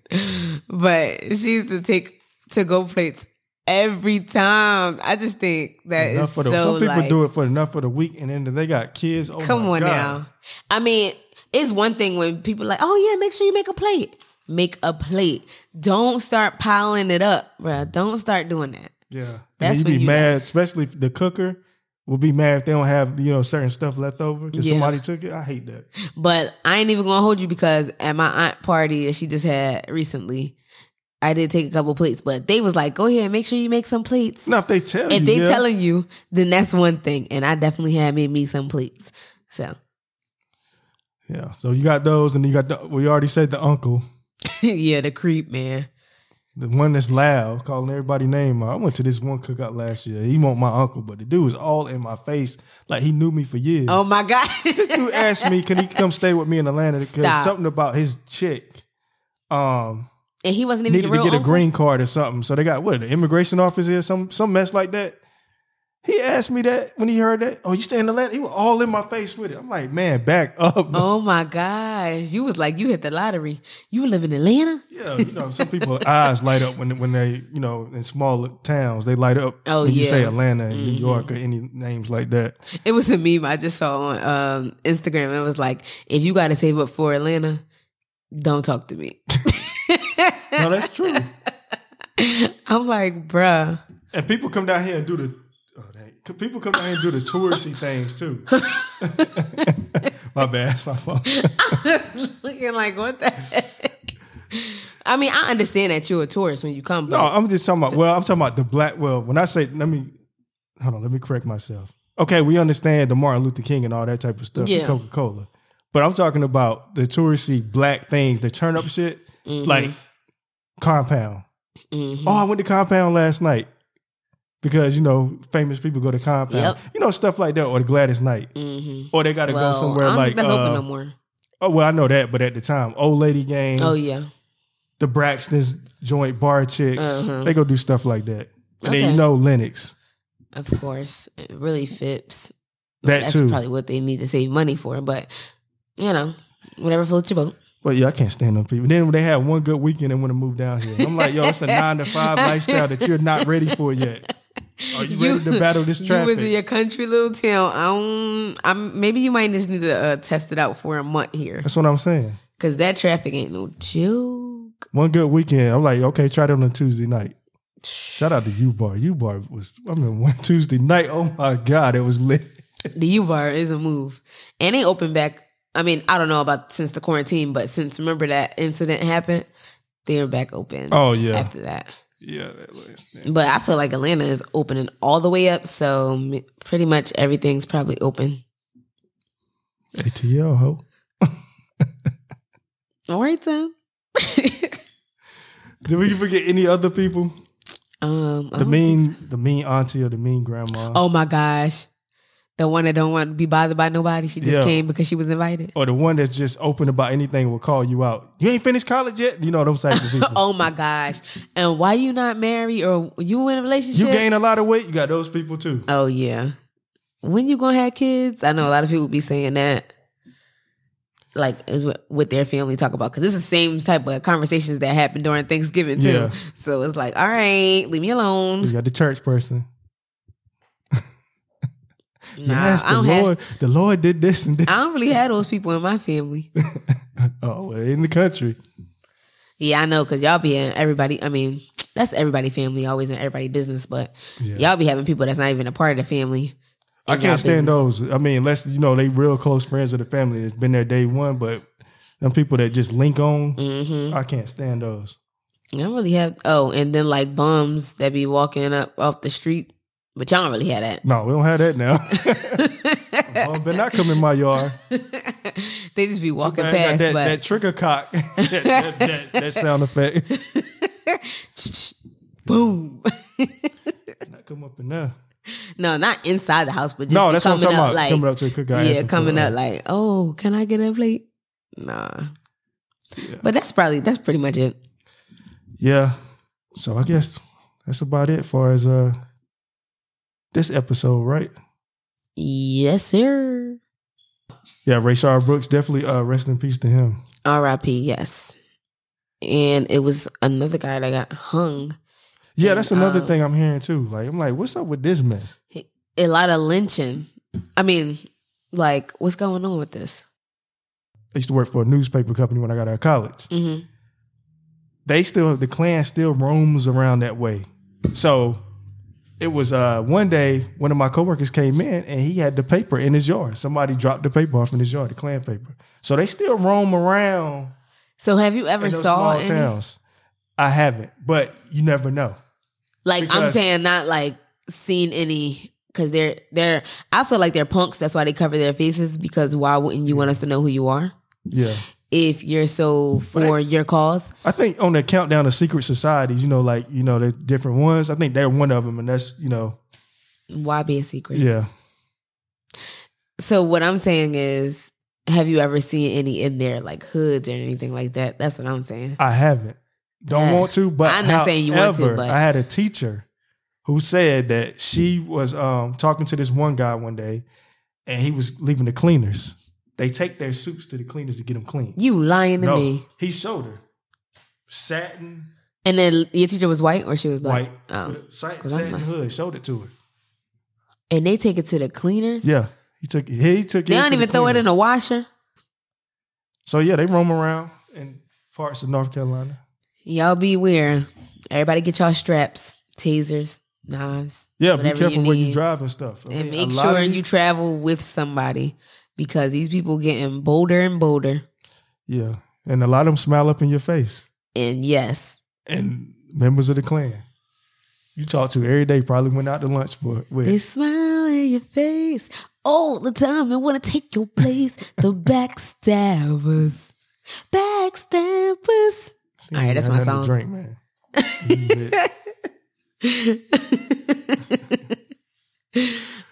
Speaker 3: but she used to take to go plates every time. I just think that is
Speaker 2: Enough for the,
Speaker 3: so
Speaker 2: some people
Speaker 3: like,
Speaker 2: do it for enough for the week, and then they got kids. Oh
Speaker 3: Come
Speaker 2: my
Speaker 3: on
Speaker 2: God.
Speaker 3: now. I mean, it's one thing when people like, oh yeah, make sure you make a plate. Make a plate. Don't start piling it up, bruh. Don't start doing that.
Speaker 2: Yeah, and
Speaker 3: That's
Speaker 2: you
Speaker 3: when
Speaker 2: be
Speaker 3: you
Speaker 2: mad, especially if the cooker will be mad if they don't have you know certain stuff left over because
Speaker 3: Yeah.
Speaker 2: somebody took it. I hate that.
Speaker 3: But I ain't even gonna hold you because at my aunt party that she just had recently, I did take a couple plates, but they was like, go ahead, and make sure you make some plates.
Speaker 2: Now if they tell
Speaker 3: If
Speaker 2: you,
Speaker 3: they
Speaker 2: yeah,
Speaker 3: telling you, then that's one thing. And I definitely had made me some plates. So [laughs]
Speaker 2: yeah. So you got those, and you got the, we already said the uncle,
Speaker 3: yeah, the creep, man.
Speaker 2: the one that's loud, calling everybody name. out. I went to this one cookout last year. He want my uncle, but the dude was all in my face, like he knew me for years.
Speaker 3: Oh
Speaker 2: [laughs]
Speaker 3: my God. [laughs]
Speaker 2: dude asked me, "Can he come stay with me in Atlanta?" Because
Speaker 3: Stop.
Speaker 2: something about his chick, um,
Speaker 3: and he wasn't even
Speaker 2: needed
Speaker 3: your
Speaker 2: to
Speaker 3: real
Speaker 2: get a
Speaker 3: uncle?
Speaker 2: green card or something. So they got what the immigration office here, some some mess like that. He asked me that when he heard that. Oh, you stay in Atlanta? He was all in my face with it. I'm like, man, back up.
Speaker 3: Oh my gosh. You was like, you hit the lottery. You live in Atlanta?
Speaker 2: Yeah, you know, some people's [laughs] eyes light up when when they, you know, in small towns, they light up.
Speaker 3: Oh,
Speaker 2: when you say
Speaker 3: yeah. Mm-hmm.
Speaker 2: Atlanta and New York or any names like
Speaker 3: [laughs]
Speaker 2: that.
Speaker 3: It was a meme I just saw on um, Instagram. It was like, if you got to save up for Atlanta, don't talk to me.
Speaker 2: No, that's true.
Speaker 3: I'm like, bruh. [laughs]
Speaker 2: And people come down here and do the oh, dang. people come down here and do the touristy things
Speaker 3: [laughs]
Speaker 2: too. [laughs] my bad, that's my fault.
Speaker 3: Looking like, what the heck? I mean, I understand that you're a tourist when you come,
Speaker 2: No,
Speaker 3: but
Speaker 2: I'm just talking about. Well, I'm talking about the black. Well, when I say, let me hold on. Let me correct myself. Okay, we understand the Martin Luther King and all that type of stuff.
Speaker 3: Yeah.
Speaker 2: Coca Cola, but I'm talking about the touristy black things, the turn up shit,
Speaker 3: Mm-hmm.
Speaker 2: like Compound.
Speaker 3: Mhm.
Speaker 2: Oh, I went to Compound last night because you know famous people go to Compound.
Speaker 3: Yep.
Speaker 2: You know stuff like that, or the Gladys Night,
Speaker 3: Mhm.
Speaker 2: or they got to
Speaker 3: well,
Speaker 2: go somewhere
Speaker 3: I don't
Speaker 2: like.
Speaker 3: think that's open
Speaker 2: uh,
Speaker 3: no more.
Speaker 2: Oh well, I know that, but at the time, old lady game,
Speaker 3: Oh yeah,
Speaker 2: the Braxton's joint bar chicks,
Speaker 3: Uh-huh.
Speaker 2: they go do stuff like that. And then
Speaker 3: Okay.
Speaker 2: you know Lennox.
Speaker 3: of course. It really fits.
Speaker 2: That
Speaker 3: That's
Speaker 2: too.
Speaker 3: probably what they need to save money for, but you know, whatever floats your boat.
Speaker 2: Well, yeah, I can't stand them people. Then when they have one good weekend and want to move down here, I'm like, yo,
Speaker 3: [laughs]
Speaker 2: it's a nine to five lifestyle that you're not ready for yet. Are you, ready to battle this
Speaker 3: [laughs] You
Speaker 2: traffic?
Speaker 3: was in your country little town. Um, I'm maybe you might just need to uh, test it out for a month here
Speaker 2: That's what I'm saying.
Speaker 3: because that traffic ain't no joke.
Speaker 2: One good weekend, I'm like, okay, try that on a Tuesday
Speaker 3: [sighs]
Speaker 2: night. Shout out to U Bar. U Bar was, I mean, one Tuesday night. Oh my God, it was lit.
Speaker 3: The U bar is a move, and they open back. I mean, I don't know about since the quarantine, but since remember that incident happened, they're back open.
Speaker 2: Oh, yeah.
Speaker 3: after that.
Speaker 2: Yeah, that was.
Speaker 3: But I feel like Atlanta is opening all the way up, so m- pretty much everything's probably open.
Speaker 2: ATL, ho.
Speaker 3: All right, Tim. [laughs]
Speaker 2: Did we forget any other people?
Speaker 3: um, I
Speaker 2: The
Speaker 3: don't think
Speaker 2: mean, the mean auntie or the mean grandma,
Speaker 3: Oh my gosh. The one that don't want to be bothered by nobody. She just
Speaker 2: Yeah.
Speaker 3: came because she was invited.
Speaker 2: or the one that's just open about anything will call you out. You ain't finished college yet. You know those types
Speaker 3: [laughs]
Speaker 2: of people.
Speaker 3: Oh my gosh. And why you not married or you in a relationship?
Speaker 2: you gain a lot of weight. You got those people too.
Speaker 3: oh yeah. When you gonna have kids? I know a lot of people be saying that. Like is what, what their family talk about because it's the same type of conversations that happen during Thanksgiving too.
Speaker 2: Yeah. Mm.
Speaker 3: So it's like, all right, leave me
Speaker 2: You
Speaker 3: alone.
Speaker 2: got the church person.
Speaker 3: Nah,
Speaker 2: yes,
Speaker 3: I
Speaker 2: the
Speaker 3: don't have.
Speaker 2: Lord, the Lord did this and that.
Speaker 3: I don't really have those people in my family.
Speaker 2: [laughs] Oh, well, in the country,
Speaker 3: Yeah, I know, cause y'all be in everybody. I mean, that's everybody family, always in everybody business. But
Speaker 2: Yeah.
Speaker 3: y'all be having people that's not even a part of the family.
Speaker 2: I
Speaker 3: in
Speaker 2: can't
Speaker 3: y'all
Speaker 2: stand
Speaker 3: business.
Speaker 2: those. I mean, unless you know they real close friends of the family that's been there day one, but them people that just link on,
Speaker 3: Mm-hmm.
Speaker 2: I can't stand those.
Speaker 3: I don't really have. Oh, and then like bums that be walking up off the street, but y'all don't really have that.
Speaker 2: No, we don't have that
Speaker 3: [laughs]
Speaker 2: now. oh, but not come in my yard.
Speaker 3: They just be walking
Speaker 2: Man, I got
Speaker 3: past,
Speaker 2: that,
Speaker 3: but
Speaker 2: that trigger cock, [laughs] that, that, that, that sound effect.
Speaker 3: [laughs] boom. [laughs]
Speaker 2: Not come up in there.
Speaker 3: no, not inside the house, but just
Speaker 2: No,
Speaker 3: be
Speaker 2: that's what I'm
Speaker 3: coming
Speaker 2: talking
Speaker 3: up
Speaker 2: about.
Speaker 3: like
Speaker 2: coming up to the cookout.
Speaker 3: yeah,
Speaker 2: asking
Speaker 3: coming
Speaker 2: for-
Speaker 3: up like, oh, can I get a plate? Nah. But that's probably that's pretty much it.
Speaker 2: Yeah. So I guess that's about it far as uh this episode, right?
Speaker 3: Yes, sir.
Speaker 2: Yeah, Rayshard Brooks definitely uh rest in peace to him.
Speaker 3: R.I.P. Yes. And it was another guy that got hung
Speaker 2: Yeah, that's another thing I'm hearing too. Like, I'm like, what's up with this mess?
Speaker 3: A lot of lynching. I mean, like, what's going on with this?
Speaker 2: I used to work for a newspaper company when I got out of college.
Speaker 3: Mm-hmm.
Speaker 2: They still, the Klan still roams around that way. So it was uh, one day one of my coworkers came in and he had the paper in his yard. Somebody dropped the paper off in his yard, the Klan paper. So they still roam around
Speaker 3: So have you
Speaker 2: in
Speaker 3: ever
Speaker 2: those
Speaker 3: saw
Speaker 2: small
Speaker 3: any?
Speaker 2: towns. I haven't, but you never know.
Speaker 3: Like I'm
Speaker 2: Because-
Speaker 3: saying, not like seen any because they're they're. I feel like they're punks. That's why they cover their faces because why wouldn't you want us to know who you are
Speaker 2: Yeah.
Speaker 3: if you're so for your cause?
Speaker 2: I think on the countdown of secret societies, you know, like, you know, the different ones, I think they're one of them. And that's, you know,
Speaker 3: Why be a secret?
Speaker 2: yeah.
Speaker 3: So what I'm saying is, have you ever seen any in there like hoods or anything like that? That's what I'm saying.
Speaker 2: I haven't. Don't
Speaker 3: Yeah.
Speaker 2: want to, but
Speaker 3: I'm not saying you want to,
Speaker 2: however,
Speaker 3: but-
Speaker 2: I had a teacher who said that she was um, talking to this one guy one day, and he was leaving the cleaners. They take their suits to the cleaners to get them clean.
Speaker 3: You lying to
Speaker 2: no,
Speaker 3: me.
Speaker 2: he showed her satin,
Speaker 3: And then your teacher was white or she was black.
Speaker 2: white,
Speaker 3: Oh.
Speaker 2: with a satin,
Speaker 3: 'cause I'm
Speaker 2: satin
Speaker 3: like-
Speaker 2: hood. Showed it to her.
Speaker 3: And they take it to the cleaners.
Speaker 2: Yeah, he took. He took.
Speaker 3: They don't even throw it in a washer.
Speaker 2: So yeah, they roam around in parts of North Carolina.
Speaker 3: Y'all beware. Everybody get y'all straps, tasers, knives.
Speaker 2: Yeah,
Speaker 3: Whatever
Speaker 2: be
Speaker 3: you
Speaker 2: careful where you
Speaker 3: need.
Speaker 2: drive and stuff. I
Speaker 3: and
Speaker 2: mean, a
Speaker 3: make
Speaker 2: lot of
Speaker 3: sure
Speaker 2: these-
Speaker 3: you travel with somebody because these people getting bolder and bolder.
Speaker 2: Yeah, and a lot of them smile up in your face.
Speaker 3: And yes,
Speaker 2: and members of the clan you talk to every day probably went out to lunch for with.
Speaker 3: they smile in your face all the time and want to take your place. the backstabbers, backstabbers. [laughs]
Speaker 2: She
Speaker 3: All right,
Speaker 2: ain't
Speaker 3: that's
Speaker 2: got
Speaker 3: my
Speaker 2: nothing to
Speaker 3: song.
Speaker 2: Drink, man. Bitch.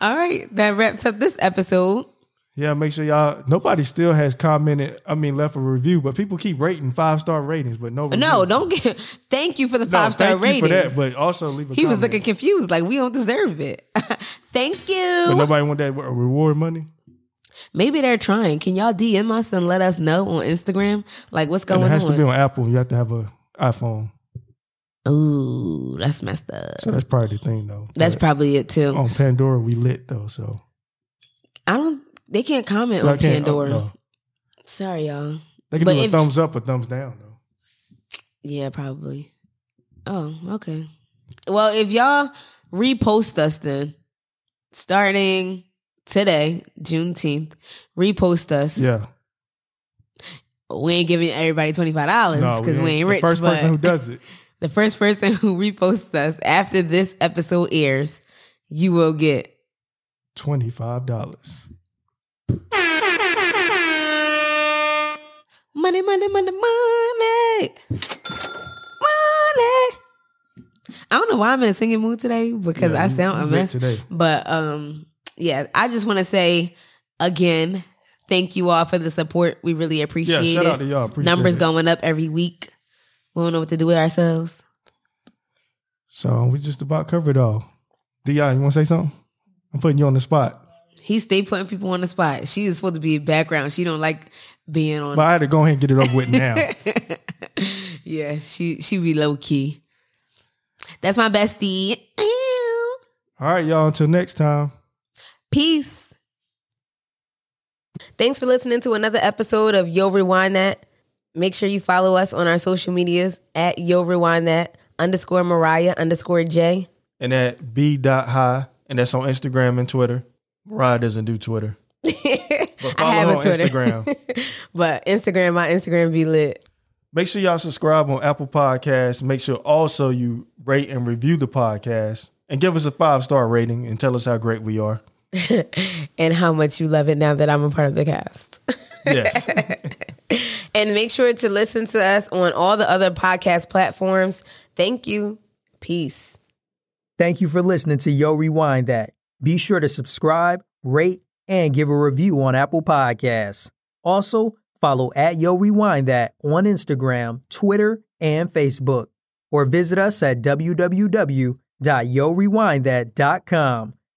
Speaker 3: all right, that wraps up this episode.
Speaker 2: [laughs] yeah, make sure y'all. Nobody still has commented. I mean, left a review, but people keep rating five star ratings, but no. Review.
Speaker 3: No, don't get. [laughs] Thank you for the five star
Speaker 2: Mm-hmm. thank you for
Speaker 3: rating.
Speaker 2: that. But also leave a.
Speaker 3: he was
Speaker 2: comment.
Speaker 3: looking confused, like we don't deserve it. [laughs] thank you.
Speaker 2: But nobody want that what, reward money.
Speaker 3: Maybe they're trying. Can y'all DM us and let us know on Instagram? Like what's
Speaker 2: And
Speaker 3: going
Speaker 2: it has to be
Speaker 3: on?
Speaker 2: on Apple. You have to have a iPhone.
Speaker 3: Ooh, that's messed up.
Speaker 2: So oh. that's probably the thing, though.
Speaker 3: That's
Speaker 2: But
Speaker 3: probably it too.
Speaker 2: on Pandora. We lit though, so
Speaker 3: I don't they can't comment
Speaker 2: I
Speaker 3: on
Speaker 2: can't- oh,
Speaker 3: Pandora.
Speaker 2: no.
Speaker 3: Sorry y'all.
Speaker 2: They can
Speaker 3: But
Speaker 2: do a
Speaker 3: if-
Speaker 2: thumbs up or thumbs down though.
Speaker 3: Yeah, probably. Oh, okay. Well, if y'all repost us then starting today, Juneteenth, repost us.
Speaker 2: Yeah,
Speaker 3: We ain't giving everybody twenty five dollars
Speaker 2: No,
Speaker 3: because we ain't rich.
Speaker 2: The first
Speaker 3: but
Speaker 2: person who does it.
Speaker 3: the first person who reposts us after this episode airs, you will get
Speaker 2: twenty-five
Speaker 3: [laughs]
Speaker 2: dollars.
Speaker 3: money, money, money, money, money. I don't know why I'm in a singing mood today because I sound a mess.
Speaker 2: today.
Speaker 3: But um, yeah, I just want to say again, thank you all for the support. We really
Speaker 2: Yeah,
Speaker 3: appreciate
Speaker 2: shout
Speaker 3: it.
Speaker 2: out to y'all. Appreciate
Speaker 3: Numbers
Speaker 2: it.
Speaker 3: going up every week. We don't know what to do with ourselves.
Speaker 2: So we just about covered all. Dion, you want to say something? I'm putting you on the spot,
Speaker 3: He stay putting people on the spot. She is supposed to be background. She don't like being on
Speaker 2: but I had to go ahead and get it over with now.
Speaker 3: [laughs] yeah, she she be low key. That's my bestie. Ew.
Speaker 2: all right, y'all. Until next time.
Speaker 3: Peace. Thanks for listening to another episode of Yo Rewind That. Make sure you follow us on our social medias at Yo Rewind That underscore Mariah underscore J. [laughs]
Speaker 2: And at b dot high, and that's on Instagram and Twitter. Mariah doesn't do Twitter, but follow
Speaker 3: I have
Speaker 2: her
Speaker 3: a
Speaker 2: on
Speaker 3: Twitter.
Speaker 2: Instagram.
Speaker 3: [laughs] but Instagram, my Instagram be lit.
Speaker 2: Make sure y'all subscribe on Apple Podcasts. Make sure also you rate and review the podcast, and give us a five star rating, and tell us how great we are.
Speaker 3: [laughs] And how much you love it now that I'm a part of the cast. [laughs]
Speaker 2: Yes.
Speaker 3: And make sure to listen to us on all the other podcast platforms. Thank you. Peace.
Speaker 5: Thank you for listening to Yo Rewind That. Be sure to subscribe, rate, and give a review on Apple Podcasts. Also, follow at Yo Rewind That on Instagram, Twitter, and Facebook. Or visit us at www.yorewindthat.com.